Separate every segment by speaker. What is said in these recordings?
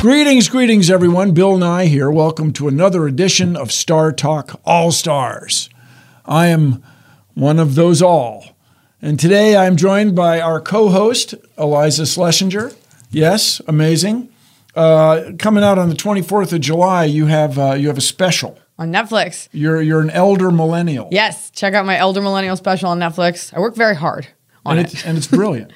Speaker 1: Greetings, greetings, everyone. Bill Nye here. Welcome to another edition of Star Talk All Stars. I am one of those all. And today I'm joined by our co host, Eliza Schlesinger. Yes, amazing. Uh, coming out on the 24th of July, you have, uh, you have a special.
Speaker 2: on Netflix.
Speaker 1: You're, you're an elder millennial.
Speaker 2: Yes, check out my Elder Millennial special on Netflix. I work very hard on
Speaker 1: And
Speaker 2: it.
Speaker 1: it's, and it's brilliant.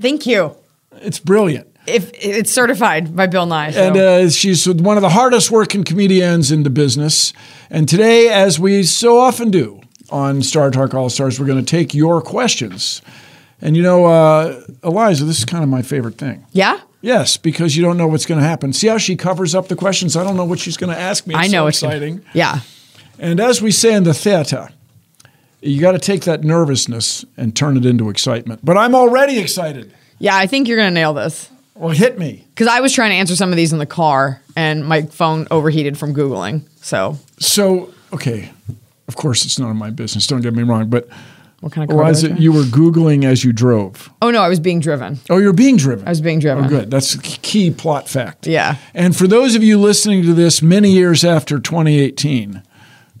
Speaker 2: Thank you.
Speaker 1: It's brilliant.
Speaker 2: If it's certified by Bill Nye, so.
Speaker 1: And uh, she's one of the hardest working comedians in the business. And today, as we so often do on Star Talk All Stars, we're going to take your questions. And you know, uh, Eliza, this is kind of my favorite thing.
Speaker 2: yeah,
Speaker 1: Yes, because you don't know what's going to happen. See how she covers up the questions? I don't know what she's going to ask me. It's
Speaker 2: I know
Speaker 1: so
Speaker 2: it's gonna-
Speaker 1: exciting.
Speaker 2: yeah,
Speaker 1: And as we say in the theater, you got to take that nervousness and turn it into excitement. But I'm already excited.
Speaker 2: yeah. I think you're gonna nail this
Speaker 1: Well, hit me.
Speaker 2: because I was trying to answer some of these in the car and my phone overheated from googling. So
Speaker 1: So, okay, of course, it's none of my business. Don't get me wrong, but
Speaker 2: what kind of car? was
Speaker 1: Eliza,
Speaker 2: I driving?
Speaker 1: you were googling as you drove.
Speaker 2: oh no, I was being driven.
Speaker 1: Oh, you're being driven.
Speaker 2: I was being driven.
Speaker 1: Oh, good. That's a key plot fact.
Speaker 2: Yeah.
Speaker 1: And for those of you listening to this many years after 2018,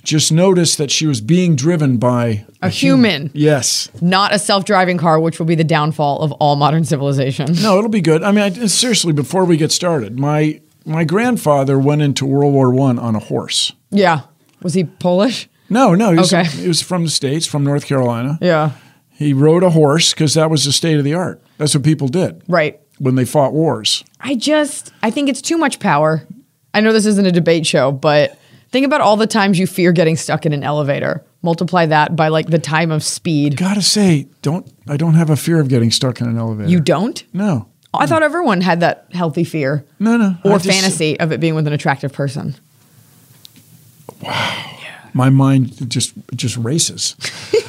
Speaker 1: just notice that she was being driven by
Speaker 2: A human,
Speaker 1: Yes.
Speaker 2: not a self-driving car, which will be the downfall of all modern civilization.
Speaker 1: No, it'll be good. I mean, I, seriously, before we get started, my my grandfather went into World War One on a horse.
Speaker 2: Yeah, was he Polish?
Speaker 1: No, no, he was,
Speaker 2: Okay.
Speaker 1: he was from the states, from North Carolina.
Speaker 2: Yeah,
Speaker 1: He rode a horse because that was the state of the art. That's what people did
Speaker 2: right.
Speaker 1: when they fought wars.
Speaker 2: I just I think it's too much power. I know this isn't a debate show, but think about all the times you fear getting stuck in an elevator. Multiply that by like the time of speed.
Speaker 1: Gotta say, don't I don't have a fear of getting stuck in an elevator.
Speaker 2: You don't?
Speaker 1: no,
Speaker 2: I thought everyone had that healthy fear
Speaker 1: no, no. I
Speaker 2: or
Speaker 1: just-
Speaker 2: fantasy of it being with an attractive person.
Speaker 1: My mind just just races.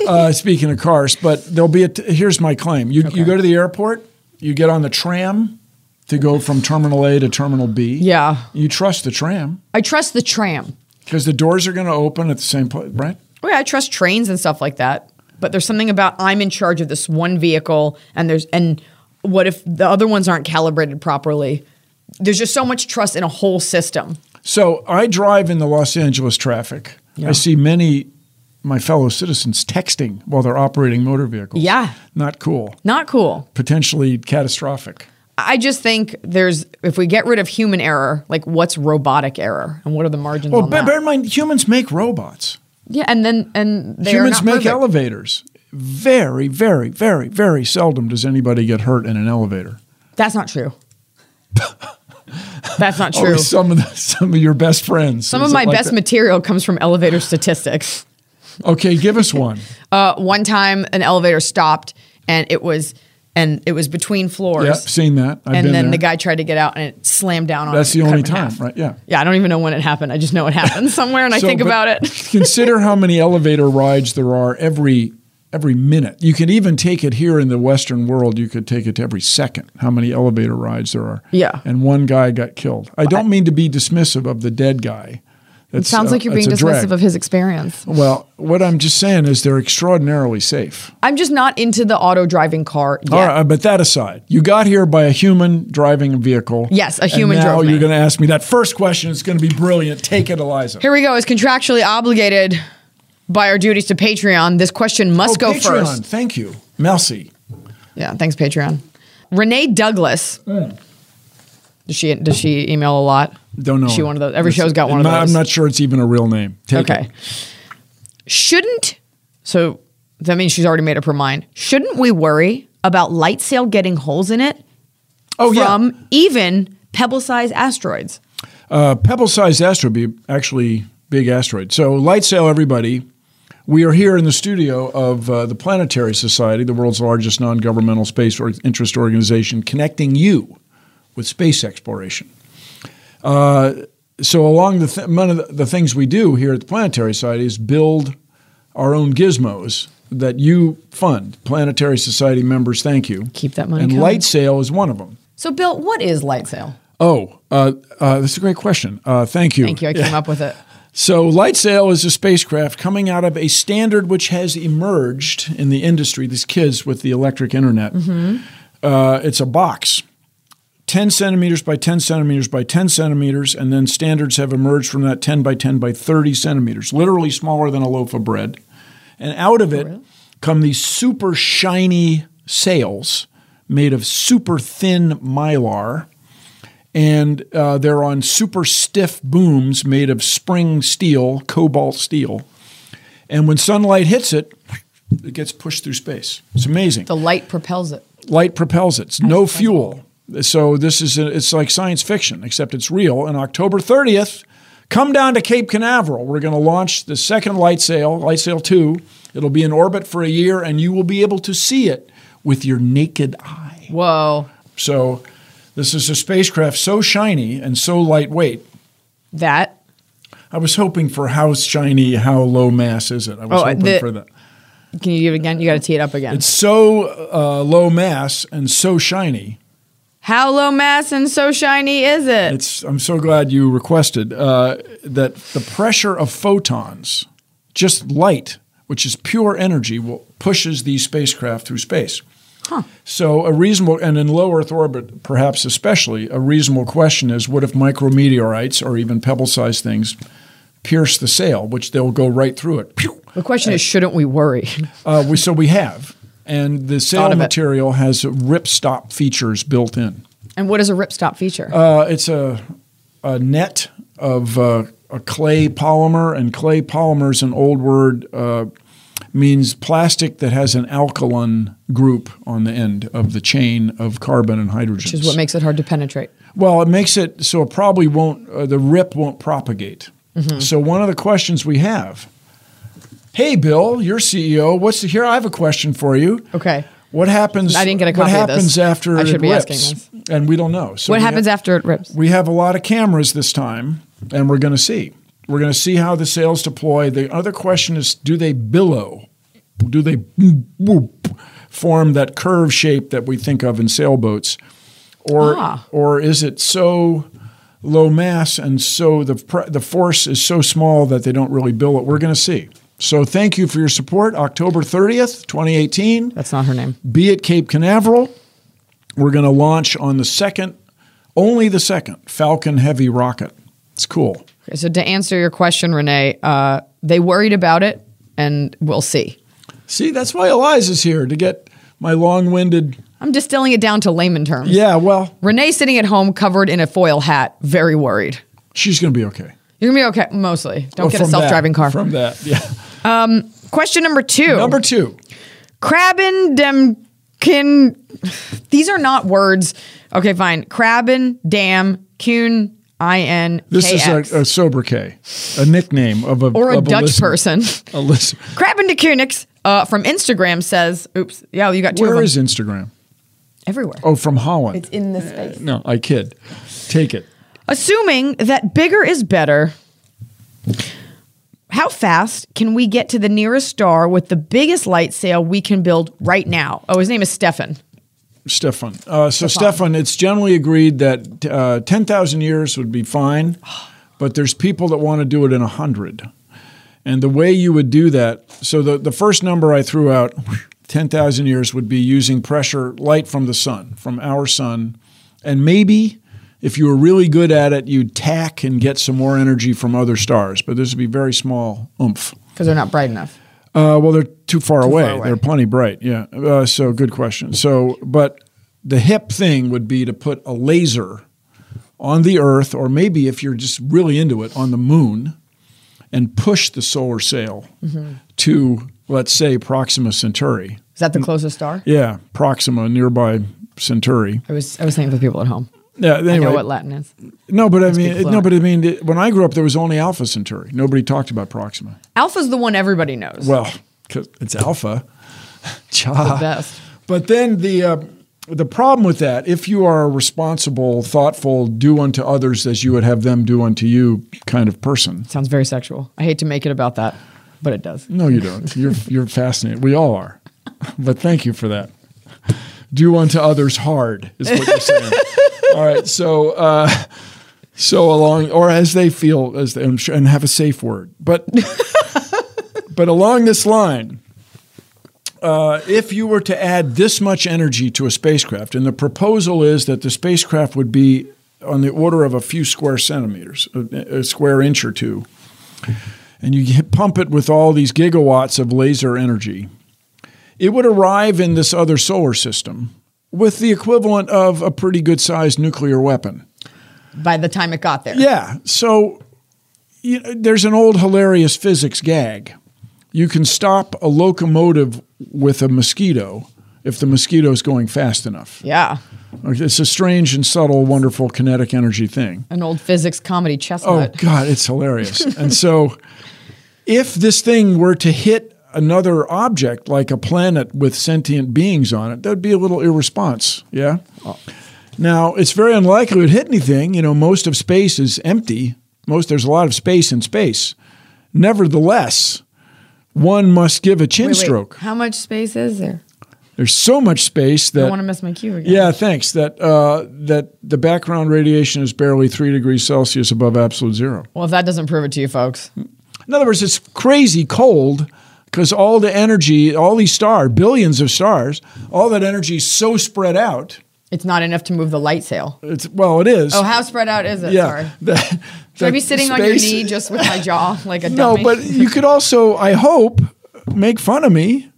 Speaker 1: uh, speaking of cars, but there'll be a. T- here's my claim: you you go to the airport, you get on the tram to go from terminal A to terminal B.
Speaker 2: Yeah.
Speaker 1: You trust the tram
Speaker 2: I trust the tram.
Speaker 1: because the doors are going to open at the same place, right?
Speaker 2: Oh, yeah, I trust trains and stuff like that. But there's something about I'm in charge of this one vehicle, and there's and what if the other ones aren't calibrated properly? There's just so much trust in a whole system.
Speaker 1: So I drive in the Los Angeles traffic. I
Speaker 2: Yeah.
Speaker 1: see many my fellow citizens texting while they're operating motor vehicles.
Speaker 2: Yeah.
Speaker 1: Not cool.
Speaker 2: Not cool.
Speaker 1: Potentially catastrophic.
Speaker 2: I just think there's if we get rid of human error, like what's robotic error and what are the margins
Speaker 1: Well,
Speaker 2: on
Speaker 1: bear,
Speaker 2: that?
Speaker 1: bear in mind, humans make robots.
Speaker 2: yeah, and then and they
Speaker 1: humans
Speaker 2: are not
Speaker 1: make
Speaker 2: perfect.
Speaker 1: elevators. Very, very, very, very seldom does anybody get hurt in an elevator.
Speaker 2: That's not true. That's not true.
Speaker 1: Only some of the, some of your best friends.
Speaker 2: Some
Speaker 1: Oh, Is
Speaker 2: of
Speaker 1: it
Speaker 2: my
Speaker 1: like
Speaker 2: best
Speaker 1: that?
Speaker 2: material comes from elevator statistics.
Speaker 1: okay, give us one.
Speaker 2: Uh, one time, an elevator stopped, and it was and it was between floors.
Speaker 1: yep, seen that. I've been
Speaker 2: and then
Speaker 1: there.
Speaker 2: the guy tried to get out, and it slammed down on.
Speaker 1: That's
Speaker 2: him
Speaker 1: the
Speaker 2: and cut
Speaker 1: only
Speaker 2: him in
Speaker 1: time,
Speaker 2: half.
Speaker 1: right? Yeah.
Speaker 2: Yeah, I don't even know when it happened. I just know it happened somewhere, and I
Speaker 1: So,
Speaker 2: think
Speaker 1: but
Speaker 2: about it.
Speaker 1: consider how many elevator rides there are every every minute. You can even take it here in the Western world. You could take it to every second. How many elevator rides there are?
Speaker 2: Yeah.
Speaker 1: And one guy got killed. I don't mean to be dismissive of the dead guy.
Speaker 2: It sounds like you're being dismissive of his experience.
Speaker 1: Well, what I'm just saying is they're extraordinarily safe.
Speaker 2: I'm just not into the auto driving car yet.
Speaker 1: All right, but that aside, you got here by a human driving a vehicle.
Speaker 2: Yes, a
Speaker 1: and
Speaker 2: human
Speaker 1: now
Speaker 2: drove me.
Speaker 1: you're going to ask me that first question. It's going to be brilliant. Take it, Eliza.
Speaker 2: Here we go. Is contractually obligated by our duties to Patreon. This question must
Speaker 1: oh,
Speaker 2: go
Speaker 1: Patreon.
Speaker 2: first.
Speaker 1: Thank you, Melcy.
Speaker 2: Yeah, thanks Patreon. Renee Douglas. Does she does she email a lot?
Speaker 1: Don't know.
Speaker 2: Is she
Speaker 1: her.
Speaker 2: one of those? Every
Speaker 1: It's-
Speaker 2: show's got one of
Speaker 1: I'm not-
Speaker 2: those.
Speaker 1: I'm not sure it's even a real name. Take
Speaker 2: okay.
Speaker 1: it.
Speaker 2: Shouldn't so that means she's already made up her mind. Shouldn't we worry about light sail getting holes in it
Speaker 1: Oh
Speaker 2: from
Speaker 1: yeah.
Speaker 2: even pebble-sized asteroids?
Speaker 1: Uh, pebble-sized asteroid be actually big asteroid. So light sail, everybody. We are here in the studio of uh, the Planetary Society, the world's largest non-governmental space or- interest organization, connecting you with space exploration. Uh, so along the th- one of the, the things we do here at the Planetary Society is build our own gizmos that you fund. Planetary Society members, thank you.
Speaker 2: Keep that money
Speaker 1: And
Speaker 2: coming.
Speaker 1: light sail is one of them.
Speaker 2: So Bill, what is light sail?
Speaker 1: Oh, uh, uh, that's a great question. Uh, thank you.
Speaker 2: Thank you. I came
Speaker 1: Yeah.
Speaker 2: up with it.
Speaker 1: So, LightSail is a spacecraft coming out of a standard which has emerged in the industry. These kids with the electric internet. Uh, it's a box, 10 centimeters by 10 centimeters by 10 centimeters, and then standards have emerged from that 10 by 10 by 30 centimeters, literally smaller than a loaf of bread. And out of it come these super shiny sails made of super thin mylar, and uh, they're on super stiff booms made of spring steel, cobalt steel. And when sunlight hits it, it gets pushed through space. It's amazing
Speaker 2: The light propels it.
Speaker 1: light propels it. It's no fuel. So this is it's like science fiction, except it's real. And October 30th, come down to Cape Canaveral. We're going to launch the second light sail, Light Sail 2. It'll be in orbit for a year, and you will be able to see it with your naked eye.
Speaker 2: Whoa.
Speaker 1: So this is a spacecraft so shiny and so lightweight.
Speaker 2: That.
Speaker 1: I was hoping for how shiny, how low mass is it? I was
Speaker 2: Oh,
Speaker 1: hoping
Speaker 2: the-
Speaker 1: for that.
Speaker 2: Can you do it again? You got to tee it up again.
Speaker 1: It's so uh, low mass and so shiny
Speaker 2: How low mass and so shiny is it?
Speaker 1: It's. I'm so glad you requested uh, that the pressure of photons, just light, which is pure energy, will pushes these spacecraft through space. So a reasonable and in low Earth orbit, perhaps especially, a reasonable question is: What if micrometeorites or even pebble-sized things pierce the sail, which they'll go right through it? Pew!
Speaker 2: The question is, shouldn't we worry?
Speaker 1: Uh, we, so we have, and the sail
Speaker 2: of it.
Speaker 1: material has rip stop features built in.
Speaker 2: and what is a ripstop feature?
Speaker 1: Uh, it's a, a net of uh, a clay polymer, and clay polymer is an old word, uh, means plastic that has an alkaline group on the end of the chain of carbon and hydrogen.
Speaker 2: which is what makes it hard to penetrate.
Speaker 1: Well, it makes it so it probably won't, uh, the rip won't propagate.
Speaker 2: Mm-hmm.
Speaker 1: So, one of the questions we have Hey, Bill, your CEO, what's the, here? I have a question for you.
Speaker 2: Okay.
Speaker 1: What happens?
Speaker 2: I didn't get a
Speaker 1: What
Speaker 2: copy of this.
Speaker 1: happens after
Speaker 2: I
Speaker 1: it
Speaker 2: should be
Speaker 1: rips?
Speaker 2: asking
Speaker 1: And we don't know. So
Speaker 2: What
Speaker 1: we have-
Speaker 2: happens after it rips?
Speaker 1: we have a lot of cameras this time, and we're going to see. We're going to see how the sails deploy. The other question is do they billow? Do they boop, boop, form that curve shape that we think of in sailboats? Or,
Speaker 2: Ah.
Speaker 1: or is it so low mass and so the, pr- the force is so small that they don't really billow? We're going to see. So thank you for your support. October 30th, 2018
Speaker 2: That's not her name.
Speaker 1: be at Cape Canaveral. We're going to launch on the second, only the second Falcon Heavy rocket. It's cool.
Speaker 2: Okay, so to answer your question, Renee, uh, they worried about it, and we'll see.
Speaker 1: See, that's why Eliza's here to get my long-winded.
Speaker 2: I'm distilling it down to layman terms.
Speaker 1: Yeah, well,
Speaker 2: Renee sitting at home covered in a foil hat, very worried.
Speaker 1: she's going to be okay.
Speaker 2: You're gonna be okay, mostly. Don't
Speaker 1: Well,
Speaker 2: get a
Speaker 1: Oh, from
Speaker 2: self driving
Speaker 1: that-
Speaker 2: car.
Speaker 1: From that, yeah.
Speaker 2: Question number two.
Speaker 1: Number two,
Speaker 2: Crabin Demkin. These are not words. Okay, fine. Crabin Dam Kuhn I N
Speaker 1: this
Speaker 2: K X.
Speaker 1: is a, a sobriquet, a nickname of a
Speaker 2: or a
Speaker 1: of
Speaker 2: Dutch
Speaker 1: listener.
Speaker 2: person.
Speaker 1: A listener.
Speaker 2: Crabin de Kunix, uh from Instagram says, "Oops, yeah, you got two of
Speaker 1: Where
Speaker 2: them
Speaker 1: is Instagram?
Speaker 2: everywhere.
Speaker 1: Oh, from Holland.
Speaker 2: It's in this space.
Speaker 1: no, I kid. Take it.
Speaker 2: Assuming that bigger is better, how fast can we get to the nearest star with the biggest light sail we can build right now? Oh, his name is Stefan.
Speaker 1: Stefan. Uh, so,
Speaker 2: Stefan.
Speaker 1: Stefan, it's generally agreed that uh, 10,000 years would be fine, but there's people that want to do it in 100. And the way you would do that, so the, the first number I threw out, 10,000 years, would be using pressure, light from the sun, from our sun. And maybe if you were really good at it, you'd tack and get some more energy from other stars, but this would be very small oomph.
Speaker 2: Because they're not bright enough.
Speaker 1: Uh, well, they're too far, away.
Speaker 2: away.
Speaker 1: They're plenty bright. Yeah. Uh, so good question. So, but the hip thing would be to put a laser on the Earth, or maybe if you're just really into it, on the Moon, and push the solar sail
Speaker 2: Mm-hmm.
Speaker 1: to, let's say, Proxima Centauri.
Speaker 2: Is that the closest star?
Speaker 1: Mm. Yeah, Proxima, nearby Centauri.
Speaker 2: I was I was saying for the people at home.
Speaker 1: Yeah. Anyway,
Speaker 2: I know what Latin is.
Speaker 1: no, but I mean,
Speaker 2: fluent.
Speaker 1: no, but I mean, it- when I grew up, there was only Alpha Centauri. Nobody talked about Proxima.
Speaker 2: Alpha's the one everybody knows.
Speaker 1: Well, 'cause it's Alpha. Cha.
Speaker 2: The best.
Speaker 1: But then the uh, the problem with that, if you are a responsible, thoughtful, do unto others as you would have them do unto you kind of person.
Speaker 2: Sounds very sexual. I hate to make it about that, but it does.
Speaker 1: No, you don't. You're you're fascinated. We all are. But thank you for that. Do unto others hard is what you're saying. all right. So uh, so along, or as they feel, as they, I'm sure, and have a safe word. But but along this line, uh, if you were to add this much energy to a spacecraft, and the proposal is that the spacecraft would be on the order of a few square centimeters, a, a square inch or two, and you hit- pump it with all these gigawatts of laser energy, it would arrive in this other solar system with the equivalent of a pretty good sized nuclear weapon.
Speaker 2: by the time it got there.
Speaker 1: Yeah. So you know, there's an old hilarious physics gag. You can stop a locomotive with a mosquito if the mosquito's going fast enough.
Speaker 2: Yeah.
Speaker 1: It's a strange and subtle, wonderful kinetic energy thing.
Speaker 2: An old physics comedy
Speaker 1: Oh,
Speaker 2: chestnut.
Speaker 1: God, it's hilarious. and so if this thing were to hit another object like a planet with sentient beings on it, that'd be a little irresponse. Yeah. Now, it's very unlikely it would hit anything. You know, most of space is empty. Most there's a lot of space in space. Nevertheless, one must give a chin
Speaker 2: Wait, wait,
Speaker 1: stroke.
Speaker 2: How much space is there?
Speaker 1: There's so much space
Speaker 2: I
Speaker 1: that
Speaker 2: don't want to miss my cue again.
Speaker 1: yeah, thanks. That uh, that the background radiation is barely three degrees Celsius above absolute zero.
Speaker 2: Well, if that doesn't prove it to you folks,
Speaker 1: In other words, it's crazy cold because all the energy, all these stars, billions of stars, all that energy is so spread out.
Speaker 2: it's not enough to move the light sail.
Speaker 1: It's well, it is.
Speaker 2: Oh, how spread out is it?
Speaker 1: yeah.
Speaker 2: Sorry.
Speaker 1: That-
Speaker 2: Should I
Speaker 1: that
Speaker 2: be sitting on your
Speaker 1: space-
Speaker 2: knee just with my jaw like a
Speaker 1: No,
Speaker 2: dummy?
Speaker 1: but you could also, I hope, make fun of me.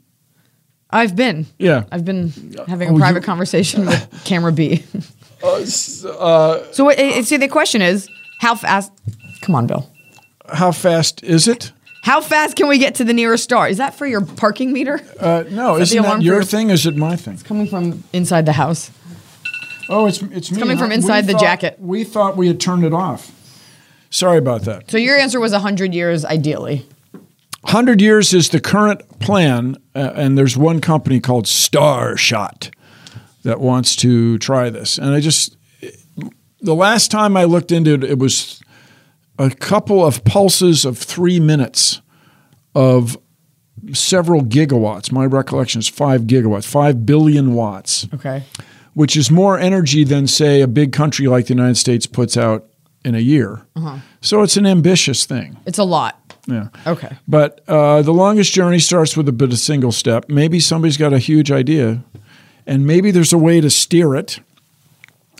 Speaker 2: I've been.
Speaker 1: Yeah.
Speaker 2: I've been having a
Speaker 1: Oh,
Speaker 2: private
Speaker 1: you-
Speaker 2: conversation with camera B.
Speaker 1: Uh,
Speaker 2: so, what- eh, eh, see, the question is how fast? Come on, Bill.
Speaker 1: How fast is it?
Speaker 2: How fast can we get to the nearest star? Is that for your parking meter?
Speaker 1: Uh, no,
Speaker 2: Is that
Speaker 1: isn't
Speaker 2: the alarm
Speaker 1: that
Speaker 2: for
Speaker 1: your
Speaker 2: your-
Speaker 1: thing? Is it my thing?
Speaker 2: Coming from inside the house.
Speaker 1: Oh, it's it's me.
Speaker 2: coming from
Speaker 1: huh?
Speaker 2: inside the
Speaker 1: thought-
Speaker 2: jacket.
Speaker 1: We thought we had turned it off. Sorry about that.
Speaker 2: So, your answer was 100 years ideally.
Speaker 1: 100 years is the current plan, uh, and there's one company called Starshot that wants to try this. And I just, the last time I looked into it, it was a couple of pulses of three minutes of several gigawatts. My recollection is five gigawatts, five billion watts,
Speaker 2: Okay.
Speaker 1: which is more energy than, say, a big country like the United States puts out in a year. So it's an ambitious thing.
Speaker 2: It's a lot.
Speaker 1: Yeah.
Speaker 2: Okay.
Speaker 1: But uh, the longest journey starts with a bit of single step. Maybe somebody's got a huge idea, and maybe there's a way to steer it,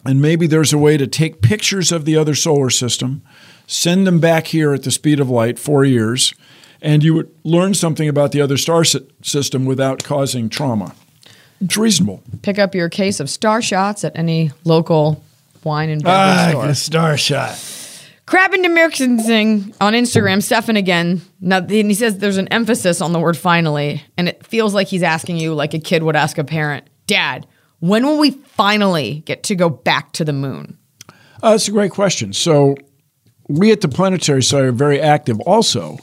Speaker 1: and maybe there's a way to take pictures of the other solar system, send them back here at the speed of light, four years, and you would learn something about the other star sy- system without causing trauma. It's reasonable.
Speaker 2: Pick up your case of star shots at any local wine and beverage
Speaker 1: Ah, star
Speaker 2: store.
Speaker 1: shot.
Speaker 2: Crab and Demirkinsing on Instagram, Stefan again. Now, and he says there's an emphasis on the word finally, and it feels like he's asking you like a kid would ask a parent, Dad, when will we finally get to go back to the moon?
Speaker 1: Uh, that's a great question. So, we at the Planetary Society are very active also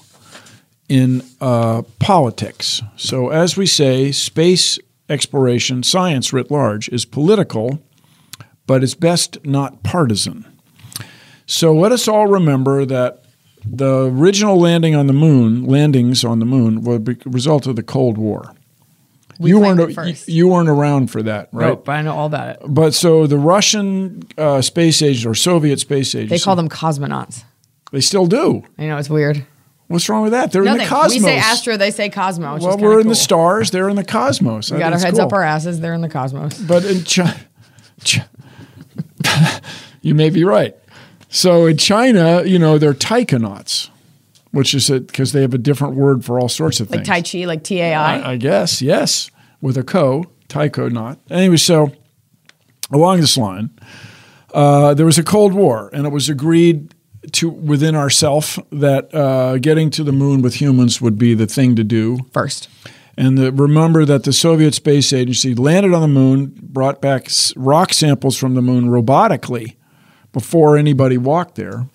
Speaker 1: in uh, politics. So, as we say, space exploration, science writ large, is political, but it's best not partisan. So, let us all remember that the original landing on the moon, landings on the moon, were the result of the Cold War.
Speaker 2: We
Speaker 1: you
Speaker 2: claimed
Speaker 1: weren't
Speaker 2: it first.
Speaker 1: you weren't around for that, right?
Speaker 2: Nope, but I know all about it.
Speaker 1: But so the Russian uh, space agent or Soviet space agent,
Speaker 2: They call them cosmonauts.
Speaker 1: they still do.
Speaker 2: I know it's weird.
Speaker 1: What's wrong with that? They're in the
Speaker 2: Nothing.
Speaker 1: cosmos.
Speaker 2: We say astro, they say cosmo. Which
Speaker 1: well,
Speaker 2: is kinda
Speaker 1: we're in
Speaker 2: cool.
Speaker 1: the stars. They're in the cosmos.
Speaker 2: We
Speaker 1: I
Speaker 2: got
Speaker 1: think
Speaker 2: our
Speaker 1: it's
Speaker 2: heads up
Speaker 1: cool.
Speaker 2: our asses. They're in the cosmos.
Speaker 1: But in China, you may be right. So in China, you know, they're taikonauts, which is because they have a different word for all sorts of
Speaker 2: Like
Speaker 1: things.
Speaker 2: Tai Chi, like T A I.
Speaker 1: I, I guess, yes, with a co, Tyco knot. Anyway, so along this line, uh, there was a Cold War, and it was agreed to within ourself that uh, getting to the moon with humans would be the thing to do.
Speaker 2: First.
Speaker 1: And the, remember that the Soviet Space Agency landed on the moon, brought back s- rock samples from the moon robotically before anybody walked there.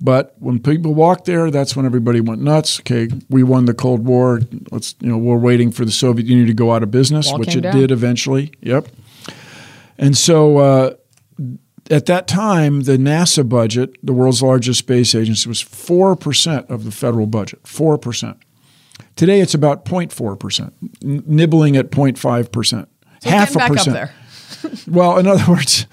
Speaker 1: But when people walked there, that's when everybody went nuts. Okay, we won the Cold War. Let's, you know, we're waiting for the Soviet Union to go out of business,
Speaker 2: Wall
Speaker 1: which
Speaker 2: came
Speaker 1: it
Speaker 2: down.
Speaker 1: did eventually. Yep. And so uh, at that time, the NASA budget, the world's largest space agency, was 4% of the federal budget. 4%. Today it's about 0.4%, n- nibbling at 0.5%.
Speaker 2: So
Speaker 1: half
Speaker 2: getting back
Speaker 1: a
Speaker 2: up
Speaker 1: percent.
Speaker 2: there.
Speaker 1: Well, in other words,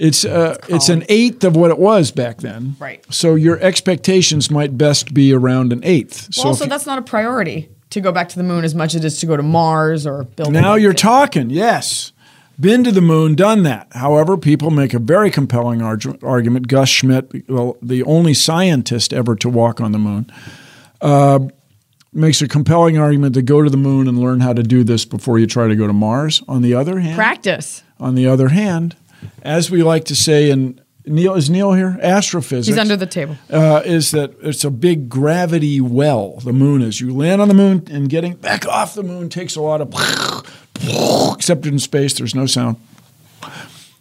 Speaker 1: it's uh, it's an eighth of what it was back then.
Speaker 2: Right.
Speaker 1: So your expectations might best be around an eighth.
Speaker 2: Well,
Speaker 1: if
Speaker 2: also,
Speaker 1: you-
Speaker 2: that's not a priority to go back to the moon as much as it is to go to Mars or build.
Speaker 1: Now
Speaker 2: another
Speaker 1: you're
Speaker 2: thing.
Speaker 1: talking. Yes. Been to the moon, done that. However, people make a very compelling argu- argument. Gus Schmidt, well, the only scientist ever to walk on the moon, uh, makes a compelling argument to go to the moon and learn how to do this before you try to go to Mars. On the other hand,
Speaker 2: practice.
Speaker 1: on the other hand, as we like to say in Neil is Neil here astrophysics.
Speaker 2: He's under the table.
Speaker 1: uh, is that it's a big gravity well. The moon is. You land on the moon, and getting back off the moon takes a lot of. Except in space, there's no sound.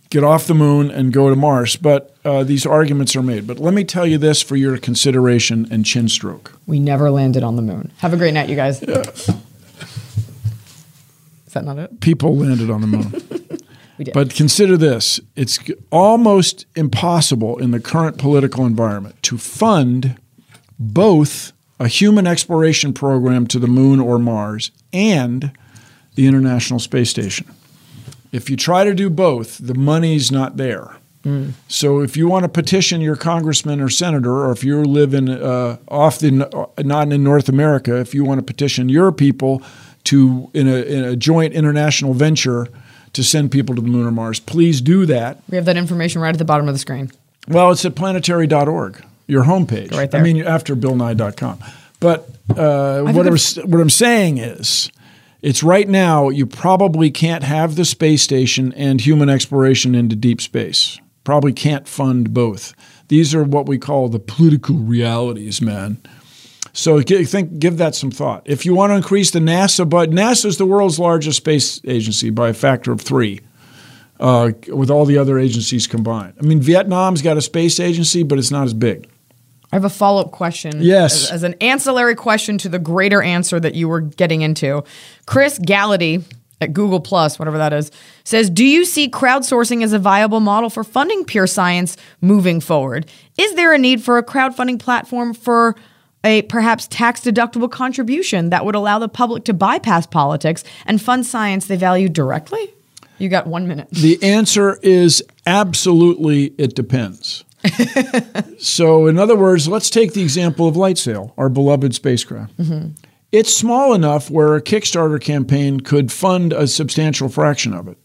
Speaker 1: Get off the moon and go to Mars. But uh, these arguments are made. But let me tell you this for your consideration and chin stroke.
Speaker 2: We never landed on the moon. Have a great night, you guys. Is that not it?
Speaker 1: People landed on the moon.
Speaker 2: We did.
Speaker 1: But consider this it's g- almost impossible in the current political environment to fund both a human exploration program to the moon or Mars and the International Space Station. If you try to do both, the money's not there.
Speaker 2: Mm.
Speaker 1: So if you want to petition your congressman or senator, or if you live in uh, off the not in North America, if you want to petition your people to in a, in a joint international venture to send people to the moon or Mars, please do that.
Speaker 2: we have that information right at the bottom of the screen.
Speaker 1: Well, it's at planetary.org, your homepage.
Speaker 2: Go right
Speaker 1: I
Speaker 2: there.
Speaker 1: mean, after BillNye.com. But uh, what,
Speaker 2: think
Speaker 1: I'm, s- what I'm saying is, it's right now, you probably can't have the space station and human exploration into deep space. Probably can't fund both. These are what we call the political realities, man. So gi- think, give that some thought. If you want to increase the NASA, but NASA is the world's largest space agency by a factor of three uh, with all the other agencies combined. I mean, Vietnam's got a space agency, but it's not as big.
Speaker 2: I have a follow up question.
Speaker 1: Yes.
Speaker 2: As, as an ancillary question to the greater answer that you were getting into. Chris Gallaty at Google Plus, whatever that is, says Do you see crowdsourcing as a viable model for funding pure science moving forward? Is there a need for a crowdfunding platform for a perhaps tax deductible contribution that would allow the public to bypass politics and fund science they value directly? You got one minute.
Speaker 1: The answer is absolutely it depends. so, in other words, let's take the example of LightSail, our beloved spacecraft. It's small enough where a Kickstarter campaign could fund a substantial fraction of it.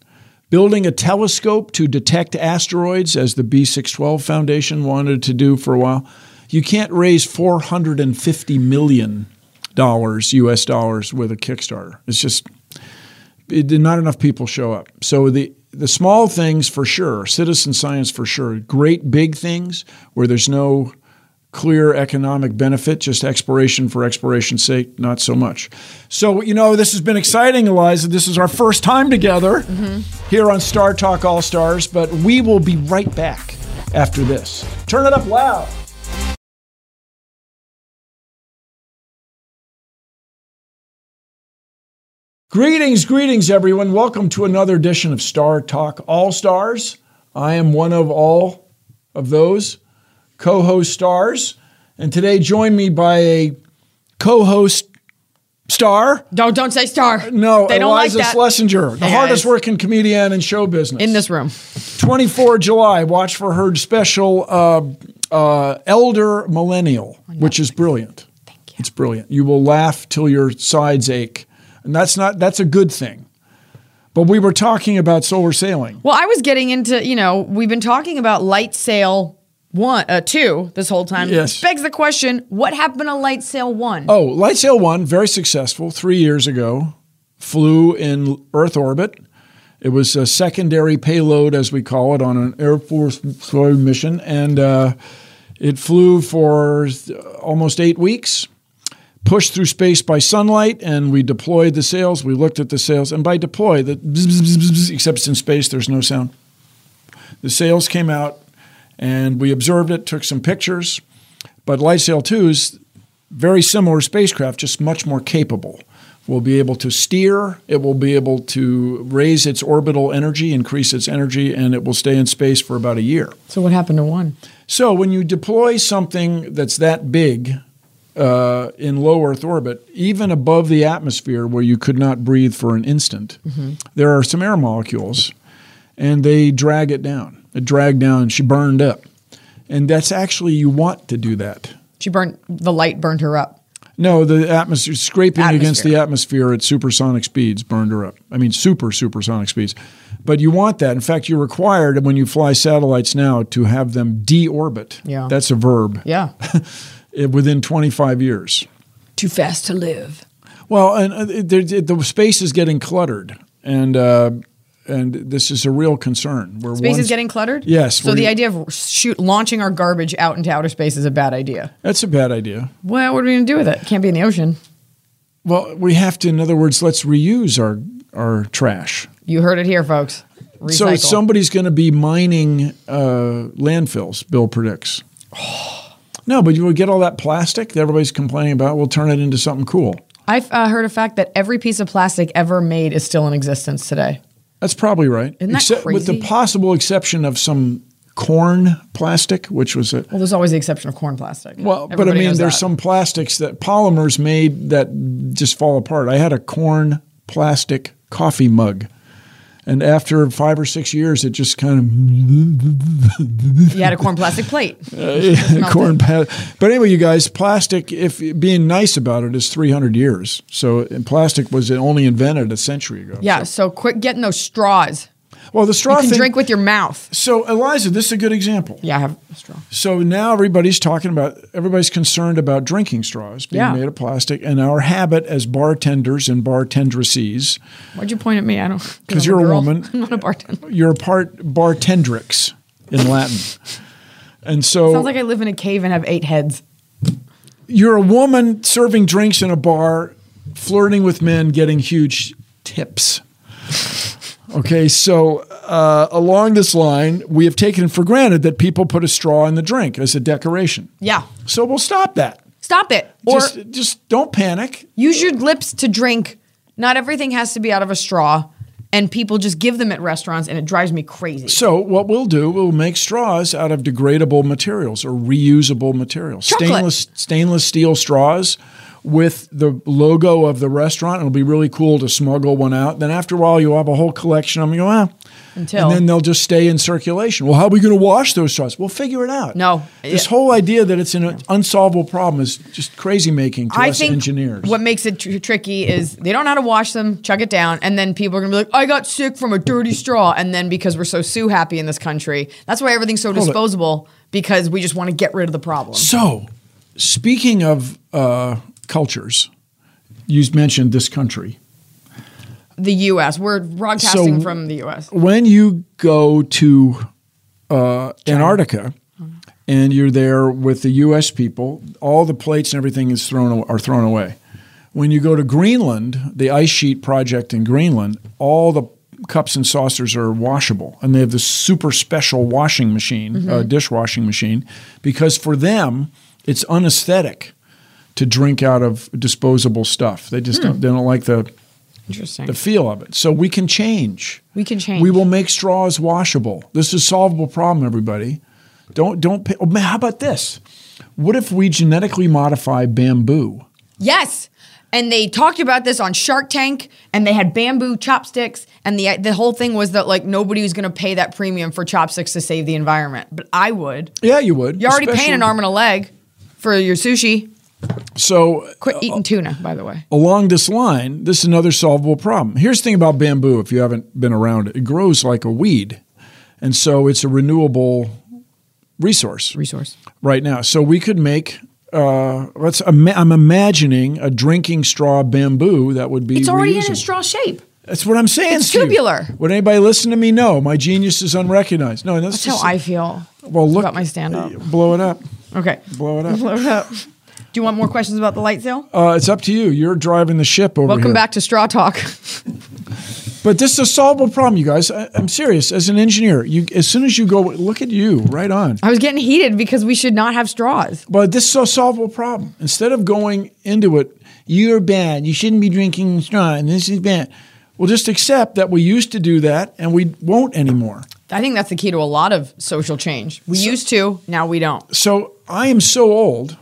Speaker 1: Building a telescope to detect asteroids, as the B 612 Foundation wanted to do for a while, you can't raise $450 million US dollars with a Kickstarter. It's just it, did- not enough people show up. So the the small things for sure, citizen science for sure. Great big things where there's no clear economic benefit, just exploration for exploration's sake, not so much. So you know, this has been exciting, Eliza. This is our first time together here on Star Talk All Stars, but we will be right back after this. Turn it up loud. Greetings, greetings, everyone. Welcome to another edition of Star Talk All Stars. I am one of all of those co host stars. And today, joined me by a co host star.
Speaker 2: Don't don't say star.
Speaker 1: No,
Speaker 2: they don't like
Speaker 1: Eliza
Speaker 2: that
Speaker 1: Schlesinger, the
Speaker 2: Hey,
Speaker 1: hardest
Speaker 2: guys.
Speaker 1: working comedian in show business.
Speaker 2: in this room.
Speaker 1: 24 July, watch for her special uh, uh, Elder Millennial, which is brilliant. Thank you. It's brilliant. You will laugh till your sides ache. And that's not that's a good thing. But we were talking about solar sailing.
Speaker 2: Well, I was getting into, you know, we've been talking about light sail one, uh, two this whole time.
Speaker 1: Yes.
Speaker 2: Begs the question, what happened to light sail one?
Speaker 1: Oh, Light Sail 1, very successful 3 years ago, flew in Earth orbit. It was a secondary payload as we call it on an Air Force mission and uh, it flew for almost 8 weeks. pushed through space by sunlight and we deployed the sails. We looked at the sails, and by deploy, the bzz, bzz, bzz, bzz, bzz, except it's in space, there's no sound. The sails came out and we observed it, took some pictures. But LightSail 2's very similar spacecraft, just much more capable. Will be able to steer, it will be able to raise its orbital energy, increase its energy, and it will stay in space for about a year.
Speaker 2: So what happened to one?
Speaker 1: So when you deploy something that's that big uh, in low Earth orbit, even above the atmosphere where you could not breathe for an instant, there are some air molecules, and they drag it down. It dragged down. She burned up, and that's actually you want to do that.
Speaker 2: She burned, the light burned her up.
Speaker 1: No, the atmosphere scraping against
Speaker 2: Atmosphere.
Speaker 1: the atmosphere at supersonic speeds burned her up. I mean, super supersonic speeds. But you want that. In fact, you're required when you fly satellites now to have them deorbit.
Speaker 2: Yeah.
Speaker 1: that's a verb.
Speaker 2: Yeah.
Speaker 1: eh, Within 25 years.
Speaker 2: Too fast to live.
Speaker 1: Well, and uh, it- there- it- the space is getting cluttered, and uh, and this is a real concern. Where
Speaker 2: Space
Speaker 1: one
Speaker 2: is getting cluttered?
Speaker 1: Yes,
Speaker 2: So
Speaker 1: we're-
Speaker 2: the idea of shoot launching our garbage out into outer space is a bad idea.
Speaker 1: that's a bad idea.
Speaker 2: Well, what are we going to do with it? Can't be in the ocean.
Speaker 1: Well, we have to. In other words, let's reuse our our trash.
Speaker 2: You heard it here, folks. Recycle.
Speaker 1: So somebody's going to be mining uh, landfills. Bill predicts. No, but you would get all that plastic that everybody's complaining about. We'll turn it into something cool.
Speaker 2: I've uh, heard a fact that every piece of plastic ever made is still in existence today.
Speaker 1: That's probably right.
Speaker 2: Isn't that
Speaker 1: Except with the
Speaker 2: crazy?
Speaker 1: possible exception of some corn plastic, which was a
Speaker 2: Well, there's always the exception of corn plastic.
Speaker 1: Well, but I
Speaker 2: Everybody
Speaker 1: mean,
Speaker 2: knows
Speaker 1: there's
Speaker 2: that.
Speaker 1: some plastics that polymers made that just fall apart. I had a corn plastic coffee mug. And after five or six years, it just kind
Speaker 2: You had a corn plastic plate.
Speaker 1: of corn. Pa- but anyway, you guys, plastic, if being nice about it, is 300 years. So and plastic was only invented a century ago.
Speaker 2: Yeah, so quit getting those straws.
Speaker 1: Well, the straw
Speaker 2: You can
Speaker 1: thing.
Speaker 2: drink with your mouth.
Speaker 1: so, Eliza, this is a good example.
Speaker 2: Yeah, I have a straw.
Speaker 1: So now everybody's talking about everybody's concerned about drinking straws being
Speaker 2: Yeah.
Speaker 1: made of plastic and our habit as bartenders and bartendresses.
Speaker 2: Why'd you point at me? I don't.
Speaker 1: 'Cause
Speaker 2: I'm
Speaker 1: you're a
Speaker 2: girl.
Speaker 1: woman.
Speaker 2: I'm not a bartender.
Speaker 1: You're a part bartendrix in Latin. And so
Speaker 2: Sounds like I live in a cave and have eight heads.
Speaker 1: you're a woman serving drinks in a bar, flirting with men, getting huge tips. Okay, so uh, along this line, we have taken for granted that people put a straw in the drink as a decoration.
Speaker 2: Yeah.
Speaker 1: So we'll stop that.
Speaker 2: Stop it. Or
Speaker 1: just, just don't panic.
Speaker 2: use your lips to drink. Not everything has to be out of a straw, and people just give them at restaurants, and it drives me crazy.
Speaker 1: So what we'll do, we'll make straws out of degradable materials or reusable materials.
Speaker 2: Chocolate.
Speaker 1: Stainless stainless steel straws with the logo of the restaurant. It'll be really cool to smuggle one out. Then after a while you'll have a whole collection of them. You go, ah.
Speaker 2: Until-
Speaker 1: and then they'll just stay in circulation. Well, how are we going to wash those straws? We'll figure it out.
Speaker 2: No.
Speaker 1: This
Speaker 2: Yeah.
Speaker 1: whole idea that it's an unsolvable problem is just crazy making to
Speaker 2: I
Speaker 1: us
Speaker 2: think
Speaker 1: engineers.
Speaker 2: what makes it tr- tricky is they don't know how to wash them, chug it down, and then people are gonna be like, "I got sick from a dirty straw," and then because we're so sue happy in this country, that's why everything's so
Speaker 1: it.
Speaker 2: disposable because we just want to get rid of the problem.
Speaker 1: So, speaking of uh, cultures, you mentioned this country.
Speaker 2: The U.S. We're broadcasting
Speaker 1: So-
Speaker 2: from the U.S.
Speaker 1: When you go to uh, Antarctica
Speaker 2: Mm-hmm.
Speaker 1: and you're there with the U.S. people, all the plates and everything is thrown are thrown away. When you go to Greenland, the ice sheet project in Greenland, all the cups and saucers are washable, and they have this super special washing machine,
Speaker 2: Mm-hmm.
Speaker 1: uh, dishwashing machine, because for them it's unesthetic to drink out of disposable stuff. They just
Speaker 2: Hmm.
Speaker 1: don't, they don't like the
Speaker 2: Interesting.
Speaker 1: the feel of it. So we can change.
Speaker 2: We can change.
Speaker 1: We will make straws washable. This is a solvable problem, everybody. Don't don't. Pay, oh, man, how about this? What if we genetically modify bamboo?
Speaker 2: Yes. And they talked about this on Shark Tank, and they had bamboo chopsticks, and the the whole thing was that like nobody was going to pay that premium for chopsticks to save the environment, but I would.
Speaker 1: Yeah, you would.
Speaker 2: You're already paying
Speaker 1: especially-
Speaker 2: an arm and a leg for your sushi.
Speaker 1: So
Speaker 2: Quit eating tuna, by the way.
Speaker 1: along this line, this is another solvable problem. Here's the thing about bamboo. If you haven't been around it, it grows like a weed, and so it's a renewable resource.
Speaker 2: Resource.
Speaker 1: right now. So we could make. Uh, let's. Ima- I'm imagining a drinking straw bamboo that would be.
Speaker 2: It's already in
Speaker 1: reusable.
Speaker 2: a straw shape.
Speaker 1: That's what I'm saying.
Speaker 2: It's
Speaker 1: Steve.
Speaker 2: tubular.
Speaker 1: Would anybody listen to me? No, my genius is unrecognized. No, that's,
Speaker 2: That's how I feel.
Speaker 1: Well, look
Speaker 2: about my stand-up.
Speaker 1: Blow it up.
Speaker 2: Okay.
Speaker 1: Blow it up.
Speaker 2: Blow it up. Do you want more questions about the light sale?
Speaker 1: Uh, it's up to you. You're driving the ship over
Speaker 2: Welcome
Speaker 1: here.
Speaker 2: back to Straw Talk.
Speaker 1: But this is a solvable problem, you guys. I, I'm serious. As an engineer, you as soon as you go, look at you, right on.
Speaker 2: I was getting heated because we should not have straws.
Speaker 1: But this is a solvable problem. Instead of going into it, you're bad, you shouldn't be drinking straw, and this is bad. We'll just accept that we used to do that and we won't anymore.
Speaker 2: I think that's the key to a lot of social change. We used to, now we don't.
Speaker 1: So I am so old,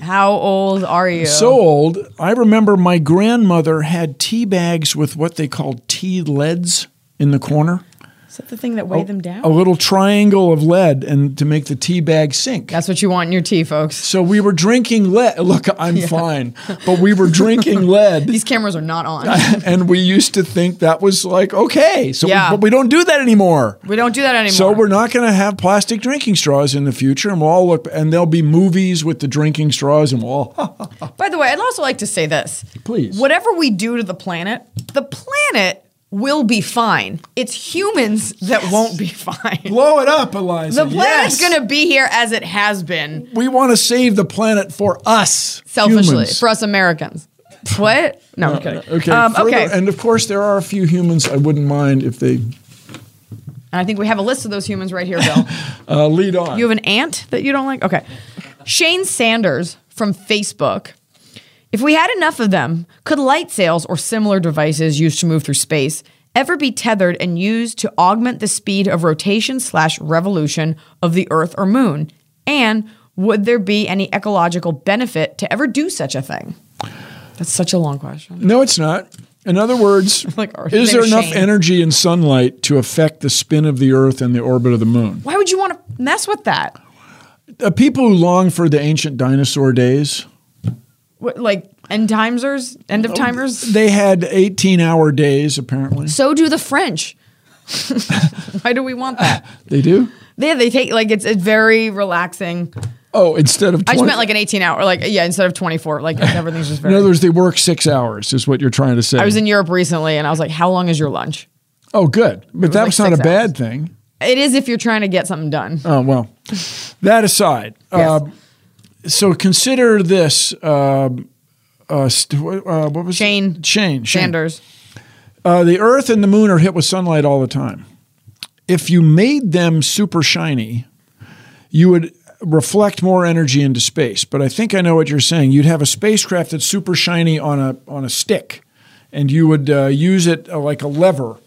Speaker 2: How old are you?
Speaker 1: so old. I remember my grandmother had tea bags with what they called tea leads in the corner.
Speaker 2: Is that the thing that
Speaker 1: Oh,
Speaker 2: weighed them down?
Speaker 1: a little triangle of lead and to make the tea bag sink.
Speaker 2: That's what you want in your tea, folks.
Speaker 1: so we were drinking lead. Look, I'm fine, but we were drinking lead,
Speaker 2: These cameras are not on.
Speaker 1: and we used to think that was like okay. So, we-
Speaker 2: Yeah.
Speaker 1: but we don't do that anymore.
Speaker 2: we don't do that anymore.
Speaker 1: So we're not going to have plastic drinking straws in the future, and we'll all look. And there'll be movies with the drinking straws, and we'll all
Speaker 2: By the way, I'd also like to say this.
Speaker 1: Please.
Speaker 2: Whatever we do to the planet, the planet will be fine. It's humans that won't be fine.
Speaker 1: blow it up, Eliza.
Speaker 2: The planet's
Speaker 1: Yes!
Speaker 2: going to be here as it has been,
Speaker 1: We want to save the planet for us,
Speaker 2: selfishly,
Speaker 1: humans. Uh,
Speaker 2: for us Americans. What? No, I'm kidding.
Speaker 1: Okay.
Speaker 2: Um,
Speaker 1: further-
Speaker 2: okay. And
Speaker 1: And of course, there are a few humans I wouldn't mind if they
Speaker 2: I think we have a list of those humans right here, Bill.
Speaker 1: uh, lead on.
Speaker 2: You have an aunt that you don't like? Okay. Shane Sanders from Facebook. If we had enough of them, could light sails or similar devices used to move through space ever be tethered and used to augment the speed of rotation slash revolution of the Earth or Moon? And would there be any ecological benefit to ever do such a thing? That's such a long question.
Speaker 1: no, it's not. In other words,
Speaker 2: Like, or
Speaker 1: is there
Speaker 2: maybe
Speaker 1: enough
Speaker 2: Shane.
Speaker 1: energy in sunlight to affect the spin of the Earth and the orbit of the Moon?
Speaker 2: Why would you want to mess with that?
Speaker 1: Uh, people who long for the ancient dinosaur days,
Speaker 2: What, like end timers, end of timers?
Speaker 1: they had 18 hour days, apparently.
Speaker 2: So do the French. Why do we want that?
Speaker 1: They do?
Speaker 2: Yeah, they take like it's it's very relaxing.
Speaker 1: Oh, instead of 20,
Speaker 2: I just meant like an eighteen hour, like yeah, instead of twenty four, like everything's just
Speaker 1: In
Speaker 2: very.
Speaker 1: other words, they work six hours, is what you're trying to say.
Speaker 2: I was in Europe recently, and I was like, "How long is your lunch?"
Speaker 1: oh, good. But that
Speaker 2: like
Speaker 1: was not a
Speaker 2: six
Speaker 1: bad thing.
Speaker 2: It is if you're trying to get something done.
Speaker 1: Oh, well, that aside.
Speaker 2: Yes.
Speaker 1: um, so consider this. Um, uh, st- uh, what was it?
Speaker 2: Shane.
Speaker 1: Shane. Shane.
Speaker 2: Sanders,
Speaker 1: Uh, the Earth and the Moon are hit with sunlight all the time. If you made them super shiny, you would reflect more energy into space. But I think I know what you're saying. You'd have a spacecraft that's super shiny on a on a stick, and you would uh, use it uh, like a lever,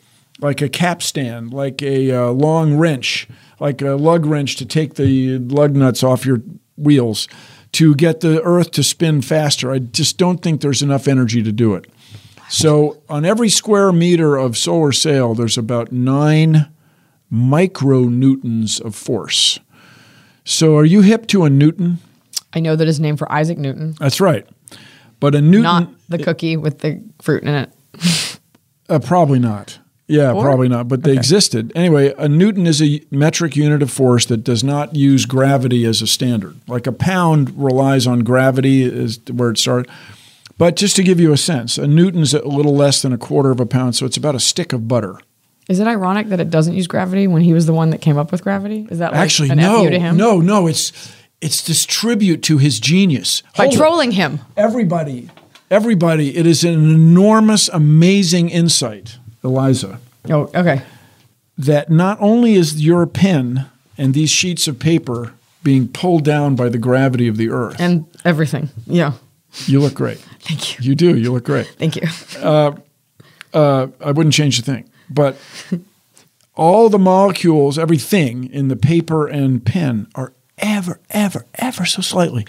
Speaker 1: like a capstan, like a uh, long wrench, like a lug wrench to take the lug nuts off your wheels to get the Earth to spin faster. I just don't think there's enough energy to do it. So on every square meter of solar sail, there's about nine micronewtons of force. So are you hip to a Newton?
Speaker 2: I know that is named for Isaac Newton,
Speaker 1: That's right. But a Newton,
Speaker 2: not the cookie with the fruit in it.
Speaker 1: uh, probably not. Yeah, probably not. But they existed anyway. A Newton is a metric unit of force that does not use gravity as a standard. Like a pound relies on gravity is where it starts. But just to give you a sense, a Newton's a little less than a quarter of a pound, so it's about a stick of butter.
Speaker 2: Is it ironic that it doesn't use gravity when he was the one that came up with gravity? Is that like
Speaker 1: Actually,
Speaker 2: an
Speaker 1: no,
Speaker 2: fu to him?
Speaker 1: no, no. It's it's this tribute to his genius.
Speaker 2: by
Speaker 1: Hold it.
Speaker 2: trolling him.
Speaker 1: everybody, everybody. It is an enormous, amazing insight, Eliza,
Speaker 2: Oh, okay.
Speaker 1: that not only is your pen and these sheets of paper being pulled down by the gravity of the earth.
Speaker 2: And everything. Yeah.
Speaker 1: you look great.
Speaker 2: Thank you.
Speaker 1: You do. You look great.
Speaker 2: Thank you.
Speaker 1: uh, I wouldn't change a thing. But all the molecules, everything in the paper and pen are ever, ever, ever so slightly